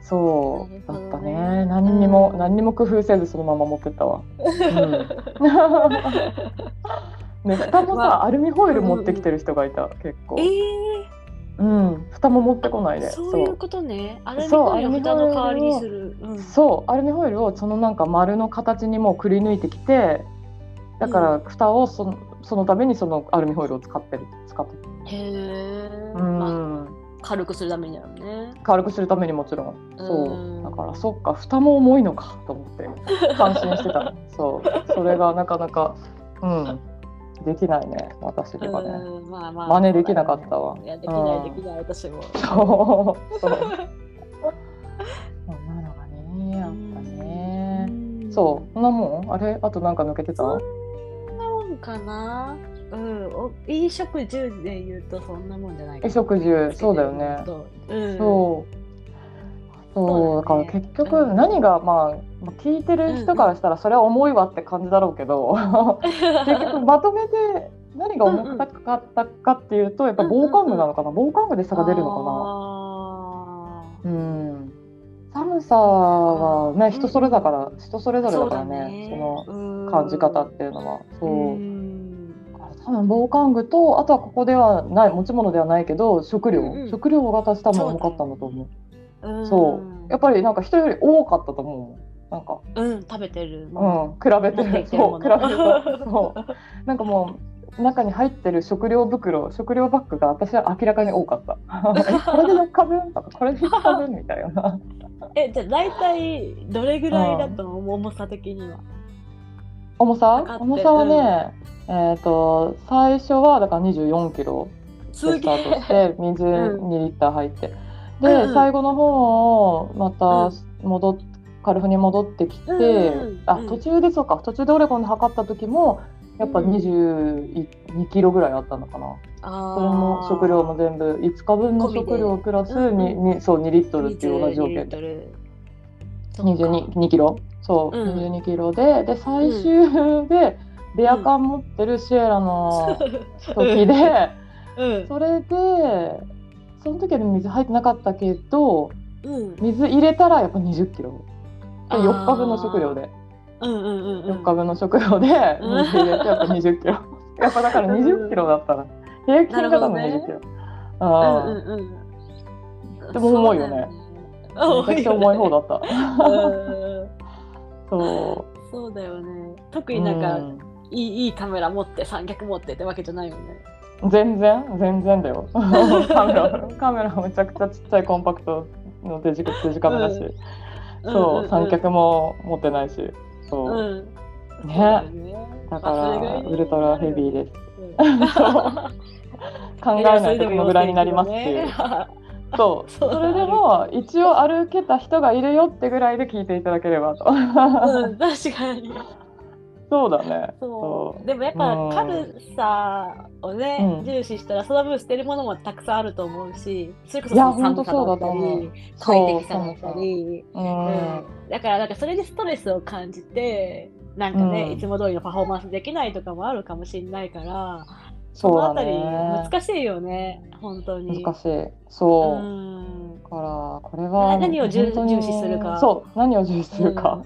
Speaker 1: そうだったね
Speaker 3: なるほ
Speaker 1: 何
Speaker 3: どね
Speaker 1: にも、
Speaker 3: うん
Speaker 1: 何にも工夫せずそのまま持ってった わ、うんね蓋もさ、
Speaker 3: まあ
Speaker 1: アルミホイル持ってきてる人がいた結構
Speaker 3: え
Speaker 1: うん、蓋も持ってこない
Speaker 3: え
Speaker 1: で。
Speaker 3: そういうことねアルミ
Speaker 1: そう
Speaker 3: ホイルを蓋の代わりに
Speaker 1: アルミホ
Speaker 3: するうん
Speaker 1: そうそうアルミホイルをそのなんか丸の形にもうくり抜いてきて、だから蓋をそのそのためにそのアルミホイルを使ってる使ってる。
Speaker 3: へえ、まあ、
Speaker 1: うん、
Speaker 3: 軽くするためにだよね。
Speaker 1: 軽くするためにもちろん。そう
Speaker 3: うん
Speaker 1: だからそっか蓋も重いのかと思って感心して た。そうそれがなかなかうんできないね私とかね。
Speaker 3: うんまあまあ、
Speaker 1: 真似できなかったわ
Speaker 3: いや、できな
Speaker 1: うん
Speaker 3: い、できない、私も。
Speaker 1: そうそう。そんなのがねあったね。そう、そんなもんあれあとなんか抜けてた
Speaker 3: そんなもんかな。うん、お飲食住で言うとそんなもんじゃないか
Speaker 1: 衣食
Speaker 3: な。
Speaker 1: 住、そうだよね。
Speaker 3: う
Speaker 1: そう。
Speaker 3: ん。
Speaker 1: そう、
Speaker 3: そう
Speaker 1: だ
Speaker 3: だ
Speaker 1: か
Speaker 3: ね
Speaker 1: ら結局何が、まあ、まあ聞いてる人からしたらそれは重いわって感じだろうけ ど、結局まとめて何が重かったかっていうとやっぱ防寒具なのかな防寒具で差が出るの
Speaker 3: の
Speaker 1: かな。うん寒さはね
Speaker 3: うん
Speaker 1: 人それだから人それ
Speaker 3: か
Speaker 1: ぞれ
Speaker 3: そ
Speaker 1: だ
Speaker 3: う
Speaker 1: から
Speaker 3: だ
Speaker 1: ね
Speaker 3: ね。
Speaker 1: その
Speaker 3: の
Speaker 1: 感じ方っていうのはそう。
Speaker 3: ん。
Speaker 1: 多分防寒具とあとはここではない持ち物ではないけど食料、
Speaker 3: うんうん
Speaker 1: 食料が私多分重かったんだと思う
Speaker 3: うん
Speaker 1: そうやっぱりなんか人より多かったと思うもんなんか
Speaker 3: うん、食べてるもの。
Speaker 1: うん比べて
Speaker 3: 持ってきてる
Speaker 1: そ
Speaker 3: も
Speaker 1: う
Speaker 3: の
Speaker 1: 比べてそうなんかもう中に入ってる食料袋食料バッグが私は明らかに多か ったえこれで4日分とかこれで5日分みたいな
Speaker 3: え、じゃあ大体どれぐらいだったの重さ的には。
Speaker 1: 重さ
Speaker 3: かって
Speaker 1: 重さはね、えっ、と最初はだから24キロ
Speaker 3: す
Speaker 1: スタ
Speaker 3: げ
Speaker 1: ート
Speaker 3: え
Speaker 1: して水
Speaker 3: う
Speaker 1: 2リッター入って、
Speaker 3: うん
Speaker 1: で、
Speaker 3: うん
Speaker 1: 最後の方をま
Speaker 3: う
Speaker 1: た戻っカルフに戻ってきて、
Speaker 3: うんうん
Speaker 1: あ
Speaker 3: うん
Speaker 1: 途中でそうか途中でオレゴンで測った時もやっぱ
Speaker 3: うん
Speaker 1: 22キロぐらいあったのかな、
Speaker 3: あー
Speaker 1: それも食料も全部5日分の
Speaker 3: 込みで
Speaker 1: 食料プラス
Speaker 3: うんうん
Speaker 1: ににそう2リットルっていう同じ条件で22 2キロそう、
Speaker 3: うん
Speaker 1: 22キロでで最終でレア缶持ってるシエラの 時 で、
Speaker 3: うん
Speaker 1: それでその時は水入ってなかったけど
Speaker 3: うん
Speaker 1: 水入れたらやっぱ20キロ
Speaker 3: あー
Speaker 1: 4日分の食料で
Speaker 3: うんうんうんうん
Speaker 1: 4日分の食料で水
Speaker 3: うん
Speaker 1: 入れてやっぱ20キロ やっぱだから20キロだったら平均が多分20キロ、あー
Speaker 3: うんうんうん
Speaker 1: でも重いよね
Speaker 3: そうだよね
Speaker 1: めちゃくちゃ重い方だった
Speaker 3: うん
Speaker 1: そ
Speaker 3: そうだよね特
Speaker 1: う
Speaker 3: になんか、
Speaker 1: うん
Speaker 3: いいいいカメラ持って三脚持ってってわけじゃないよね
Speaker 1: 全然全然だよ カメラカメラめちゃくちゃちっちゃいコンパクトのデジデジカメだし、
Speaker 3: うん
Speaker 1: そう、
Speaker 3: んんん
Speaker 1: 三脚も持ってないしそう、
Speaker 3: うん
Speaker 1: ね
Speaker 3: そうよね
Speaker 1: だか
Speaker 3: まあそれが
Speaker 1: ら
Speaker 3: いい
Speaker 1: ウルトラヘビーです
Speaker 3: うん
Speaker 1: そう考えないとこのぐらいになりますっていう。 そう
Speaker 3: そう
Speaker 1: それでも一応歩けた人がいるよってぐらいで聞いていただければと
Speaker 3: うん、確かに。
Speaker 1: そうだね
Speaker 3: そ
Speaker 1: そう
Speaker 3: う。でもやっ
Speaker 1: う
Speaker 3: ぱ
Speaker 1: ん
Speaker 3: 軽さをね、
Speaker 1: うん
Speaker 3: 重視したら、その分捨てるものもたくさんあると思うし、それこそ
Speaker 1: いや
Speaker 3: 寒さ
Speaker 1: ほんとそうだ
Speaker 3: った
Speaker 1: と思う
Speaker 3: り、快適さだったり、
Speaker 1: そう
Speaker 3: う
Speaker 1: うん
Speaker 3: ん。だからなんかそれでストレスを感じて、なんかね、
Speaker 1: うん
Speaker 3: いつも通りのパフォーマンスできないとかもあるかもしれないから、
Speaker 1: そう
Speaker 3: の
Speaker 1: だ
Speaker 3: あたり
Speaker 1: ね
Speaker 3: 難しいよね、本当に。
Speaker 1: 難しいそう、
Speaker 3: うん
Speaker 1: だからこれは
Speaker 3: な何を重
Speaker 1: 本当に
Speaker 3: 重視するか
Speaker 1: そう何を重視するか、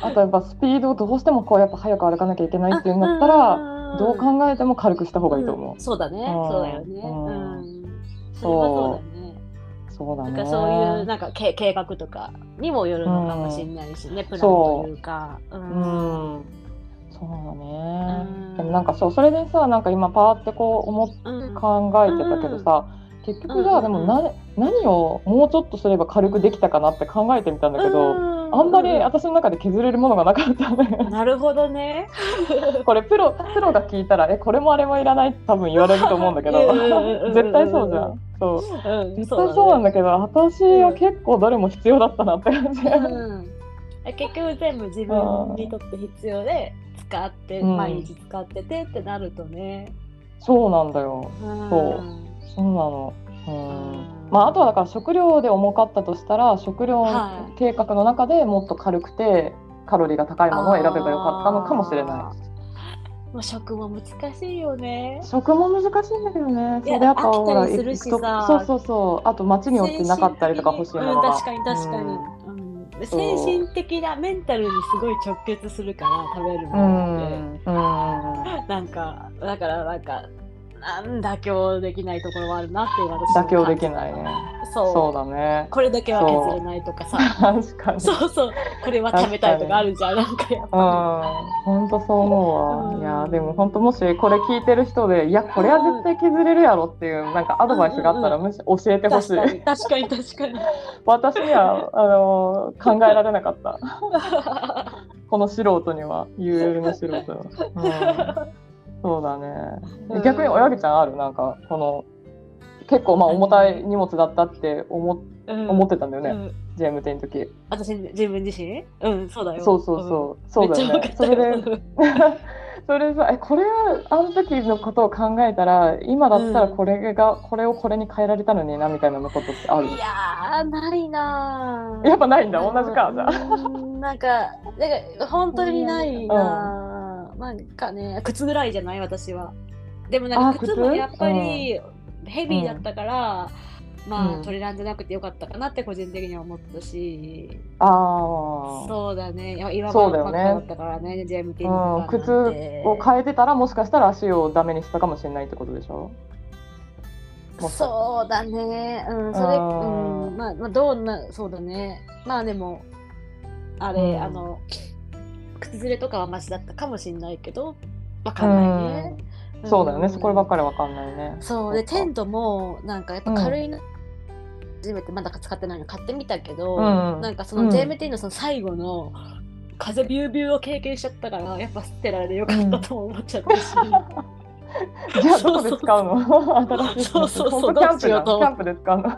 Speaker 1: あとやっぱスピードをどうしてもこうやっぱ早く歩かなきゃいけないっていうんだったら
Speaker 3: ら
Speaker 1: どう考えても軽くした方がいいと思う、
Speaker 3: んそうだね、
Speaker 1: ん
Speaker 3: そうだよね。
Speaker 1: うん
Speaker 3: うん。それはそうだよね。
Speaker 1: そうだ
Speaker 3: な
Speaker 1: ね
Speaker 3: んかそういうなんか計計画とかにもよるのかもしれないしね、プランというか。う。
Speaker 1: うんんそうだね、
Speaker 3: うん
Speaker 1: でもなんかそうそれでさなんか今パーってこう思っ
Speaker 3: うん
Speaker 1: 考えてたけどさ、結局じゃあで
Speaker 3: うんうんう
Speaker 1: も
Speaker 3: ん
Speaker 1: な、何をもうちょっとすれば軽くできたかなって考えてみたんだけど、
Speaker 3: う
Speaker 1: あんまり私の中で削れるものがなかった ね
Speaker 3: なるほどね。
Speaker 1: これプロプロが聞いたら「えこれもあれもいらない」って多分言われると思うんだけ
Speaker 3: い
Speaker 1: ど
Speaker 3: やいやいやいや
Speaker 1: 絶対そうじゃんそう
Speaker 3: うん
Speaker 1: 絶対そうなんだ
Speaker 3: け
Speaker 1: けど私は結構どれも必要だったなって 感じ、
Speaker 3: うん。結局全部自分にとって必要で使って、
Speaker 1: うん
Speaker 3: 毎日使っててってなるとね。
Speaker 1: そうなんだよ
Speaker 3: うん
Speaker 1: そそうなのうん
Speaker 3: うん
Speaker 1: まあ、あとはだから食料で重かったとしたら食料
Speaker 3: はい
Speaker 1: 計画の中でもっと軽くてカロリーが高いものを選べばよかったのかもしれな
Speaker 3: まあ、食も難しいよね
Speaker 1: い。食も難しいんだけどね
Speaker 3: いや
Speaker 1: それあとほら
Speaker 3: 飽きたりする
Speaker 1: 行
Speaker 3: し
Speaker 1: くと
Speaker 3: さ
Speaker 1: そうそうそうあと街によってなかったりとか欲しいもの
Speaker 3: うん
Speaker 1: が
Speaker 3: 確かに確かに、
Speaker 1: うん
Speaker 3: うん
Speaker 1: そう
Speaker 3: 精神的なメンタルにすごい直結するから食べる
Speaker 1: う
Speaker 3: もの
Speaker 1: ん、 うん、
Speaker 3: って、なんかだからなんかなん妥協できないところはあるなっていう私も
Speaker 1: 妥協できないね
Speaker 3: そう
Speaker 1: そうだね
Speaker 3: これだけは削れないとかさ
Speaker 1: 確かに
Speaker 3: そうそうこれは食べたいとかあるじゃんなんかやっ
Speaker 1: うん
Speaker 3: ぱ
Speaker 1: 本当そう思うわ、
Speaker 3: うん
Speaker 1: いやでも本当もしこれ聞いてる人でいやこれは絶対削れるやろっていうなんかアドバイスがあったらむし教えて
Speaker 3: り
Speaker 1: ほし
Speaker 3: 確
Speaker 1: い
Speaker 3: かに確かに確かに
Speaker 1: 私にはあの考えられなか ったこの素人には UL の素人は、うん、そうだ
Speaker 3: うん
Speaker 1: ね逆に親父ちゃんあるなんかこの結構まあ重たい荷物だったって思
Speaker 3: うん
Speaker 1: 思ってたんだよね、
Speaker 3: うん
Speaker 1: ジェームテの時
Speaker 3: 私自分自身うんそうだよ
Speaker 1: そうそうそう、そうだよねそれでそれさえこれはあの時のことを考えたら今だったらこれが、これをこれに変えられたのになみたいなことってある
Speaker 3: いやーないなー
Speaker 1: やっぱないんだ同じかじゃあ
Speaker 3: うんなんかなんか本当にないなー、なんかね靴ぐらいじゃない私はでもなんか
Speaker 1: あ
Speaker 3: 靴
Speaker 1: 靴
Speaker 3: もやっぱりヘビーだったから、まあ、
Speaker 1: うん
Speaker 3: トレランじゃなくてよかったかなって個人的には思ったし、
Speaker 1: ああ
Speaker 3: そうだねや岩
Speaker 1: そ
Speaker 3: 場
Speaker 1: うだ
Speaker 3: ば
Speaker 1: よね
Speaker 3: っかだったからね JMT
Speaker 1: うん
Speaker 3: の、
Speaker 1: 靴を変えてたらもしかしたら足をダメにしたかもしれないってことでしょもし
Speaker 3: そうだね、うん、それ、
Speaker 1: あー
Speaker 3: うん、まあ、まあ、どうな、そうだね、まあ、でも。あれ、
Speaker 1: うん
Speaker 3: あの、靴ずれとかはマシだったかもしれないけど、わ
Speaker 1: う
Speaker 3: かんないね
Speaker 1: ん。そうだよね
Speaker 3: ん
Speaker 1: そこばっかりわかんないね
Speaker 3: そう、
Speaker 1: そ
Speaker 3: で、
Speaker 1: っか
Speaker 3: テントも、なんか、やっぱ軽いの。初めてまだ使ってないの買ってみたけど、
Speaker 1: うん
Speaker 3: なんかそうの
Speaker 1: ん
Speaker 3: JMT のその最後の風ビュービューを経験しちゃったからやっぱ捨てられてよかったとも思っちゃったし、
Speaker 1: じゃあどこで使うの新しい
Speaker 3: そうそうそう
Speaker 1: 本当キャンプだ
Speaker 3: どうし
Speaker 1: キ
Speaker 3: ようと思
Speaker 1: ャ
Speaker 3: っ
Speaker 1: ンプで使うの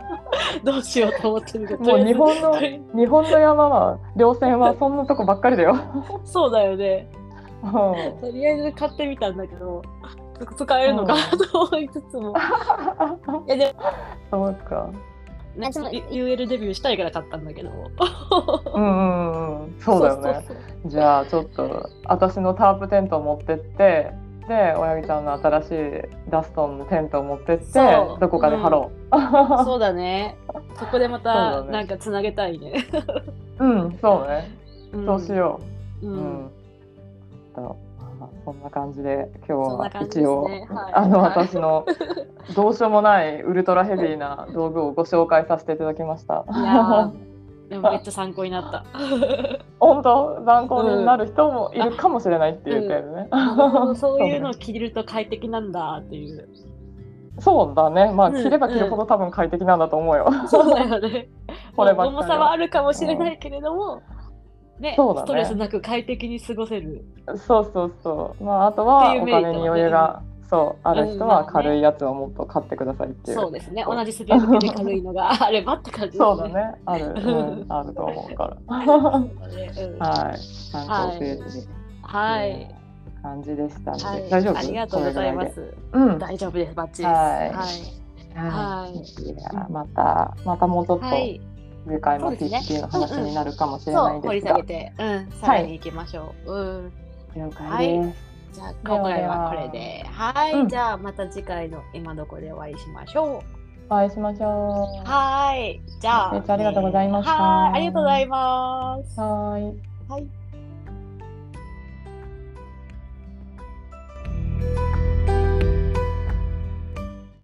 Speaker 3: どうしようと思ってるけど
Speaker 1: もう日本の
Speaker 3: とりあえず
Speaker 1: 日本の山は稜線はそんなとこばっかりだよ、
Speaker 3: そうだよね
Speaker 1: うん
Speaker 3: とりあえず買ってみたんだけど使えるのかなと思いつ つもいやでも
Speaker 1: そうか
Speaker 3: ねその UL デビューしたいから買ったんだけど
Speaker 1: うんうんうんそうだよね
Speaker 3: そうそう
Speaker 1: じゃあちょっと私のタープテントを持ってってで親木ちゃんの新しいダストンのテントを持ってって
Speaker 3: そう
Speaker 1: どこかで張ろ
Speaker 3: そうそうだねそこでま
Speaker 1: そ
Speaker 3: た
Speaker 1: うだね
Speaker 3: なんかつなげたいね
Speaker 1: ううん、そうね、
Speaker 3: うん
Speaker 1: そうしよ
Speaker 3: う
Speaker 1: ううんん、とまあそんな感じで今日
Speaker 3: そんな
Speaker 1: は
Speaker 3: 感じですね
Speaker 1: 一応、
Speaker 3: はい
Speaker 1: あの
Speaker 3: はい
Speaker 1: 私のどうしようもないウルトラヘビーな道具をご紹介させていただきました
Speaker 3: いやーでもめっちゃ参考に なった
Speaker 1: 本当参考になる人もいるかもしれないっていう程度ね、
Speaker 3: そういうのを着ると快適なんだっ ていう。
Speaker 1: そうだねまあ
Speaker 3: うん
Speaker 1: 着れば着るほど多分快適なんだと思うよ、
Speaker 3: そうだよね。
Speaker 1: こればっかりは
Speaker 3: 重さはあるかもしれないけれども、ね
Speaker 1: そうだね
Speaker 3: ストレスなく快適に過ごせる。
Speaker 1: そうそうそう。まああとは
Speaker 3: っていう
Speaker 1: お
Speaker 3: メリット
Speaker 1: 金に余裕が、そうある人は
Speaker 3: うんまあね
Speaker 1: 軽いやつをもっと買ってくださいっていう。
Speaker 3: そうですね。同じスピードで軽いのがあればって感じ
Speaker 1: そうだ。ね。ある、う ん、あると思うから。は
Speaker 3: そうだねうん
Speaker 1: い。参考ページに
Speaker 3: はい。
Speaker 1: 感じでしたので、
Speaker 3: はい
Speaker 1: 大丈夫？
Speaker 3: ありがとうございます。
Speaker 1: これぐらいで。
Speaker 3: 大丈夫です。バッチリです。
Speaker 1: はいうん。。
Speaker 3: はい
Speaker 1: いやまたまたもうちょっと
Speaker 3: はい。はい。
Speaker 1: 愉快も
Speaker 3: そうですね
Speaker 1: PPT の話になるかもしれな
Speaker 3: そ、
Speaker 1: いう
Speaker 3: 掘り
Speaker 1: です
Speaker 3: 下
Speaker 1: が、
Speaker 3: げて、うん、さらに行きましょう。うん。
Speaker 1: 了解です。
Speaker 3: じゃあ今回はこれで。はい、じゃあまた次回の今どこでお会いしましょ
Speaker 1: お会いしましょ
Speaker 3: う。
Speaker 1: う。
Speaker 3: はい、じゃあ。
Speaker 1: ご清聴ありがとうございました
Speaker 3: はい、ありがとうございます。
Speaker 1: はーい。
Speaker 3: はい。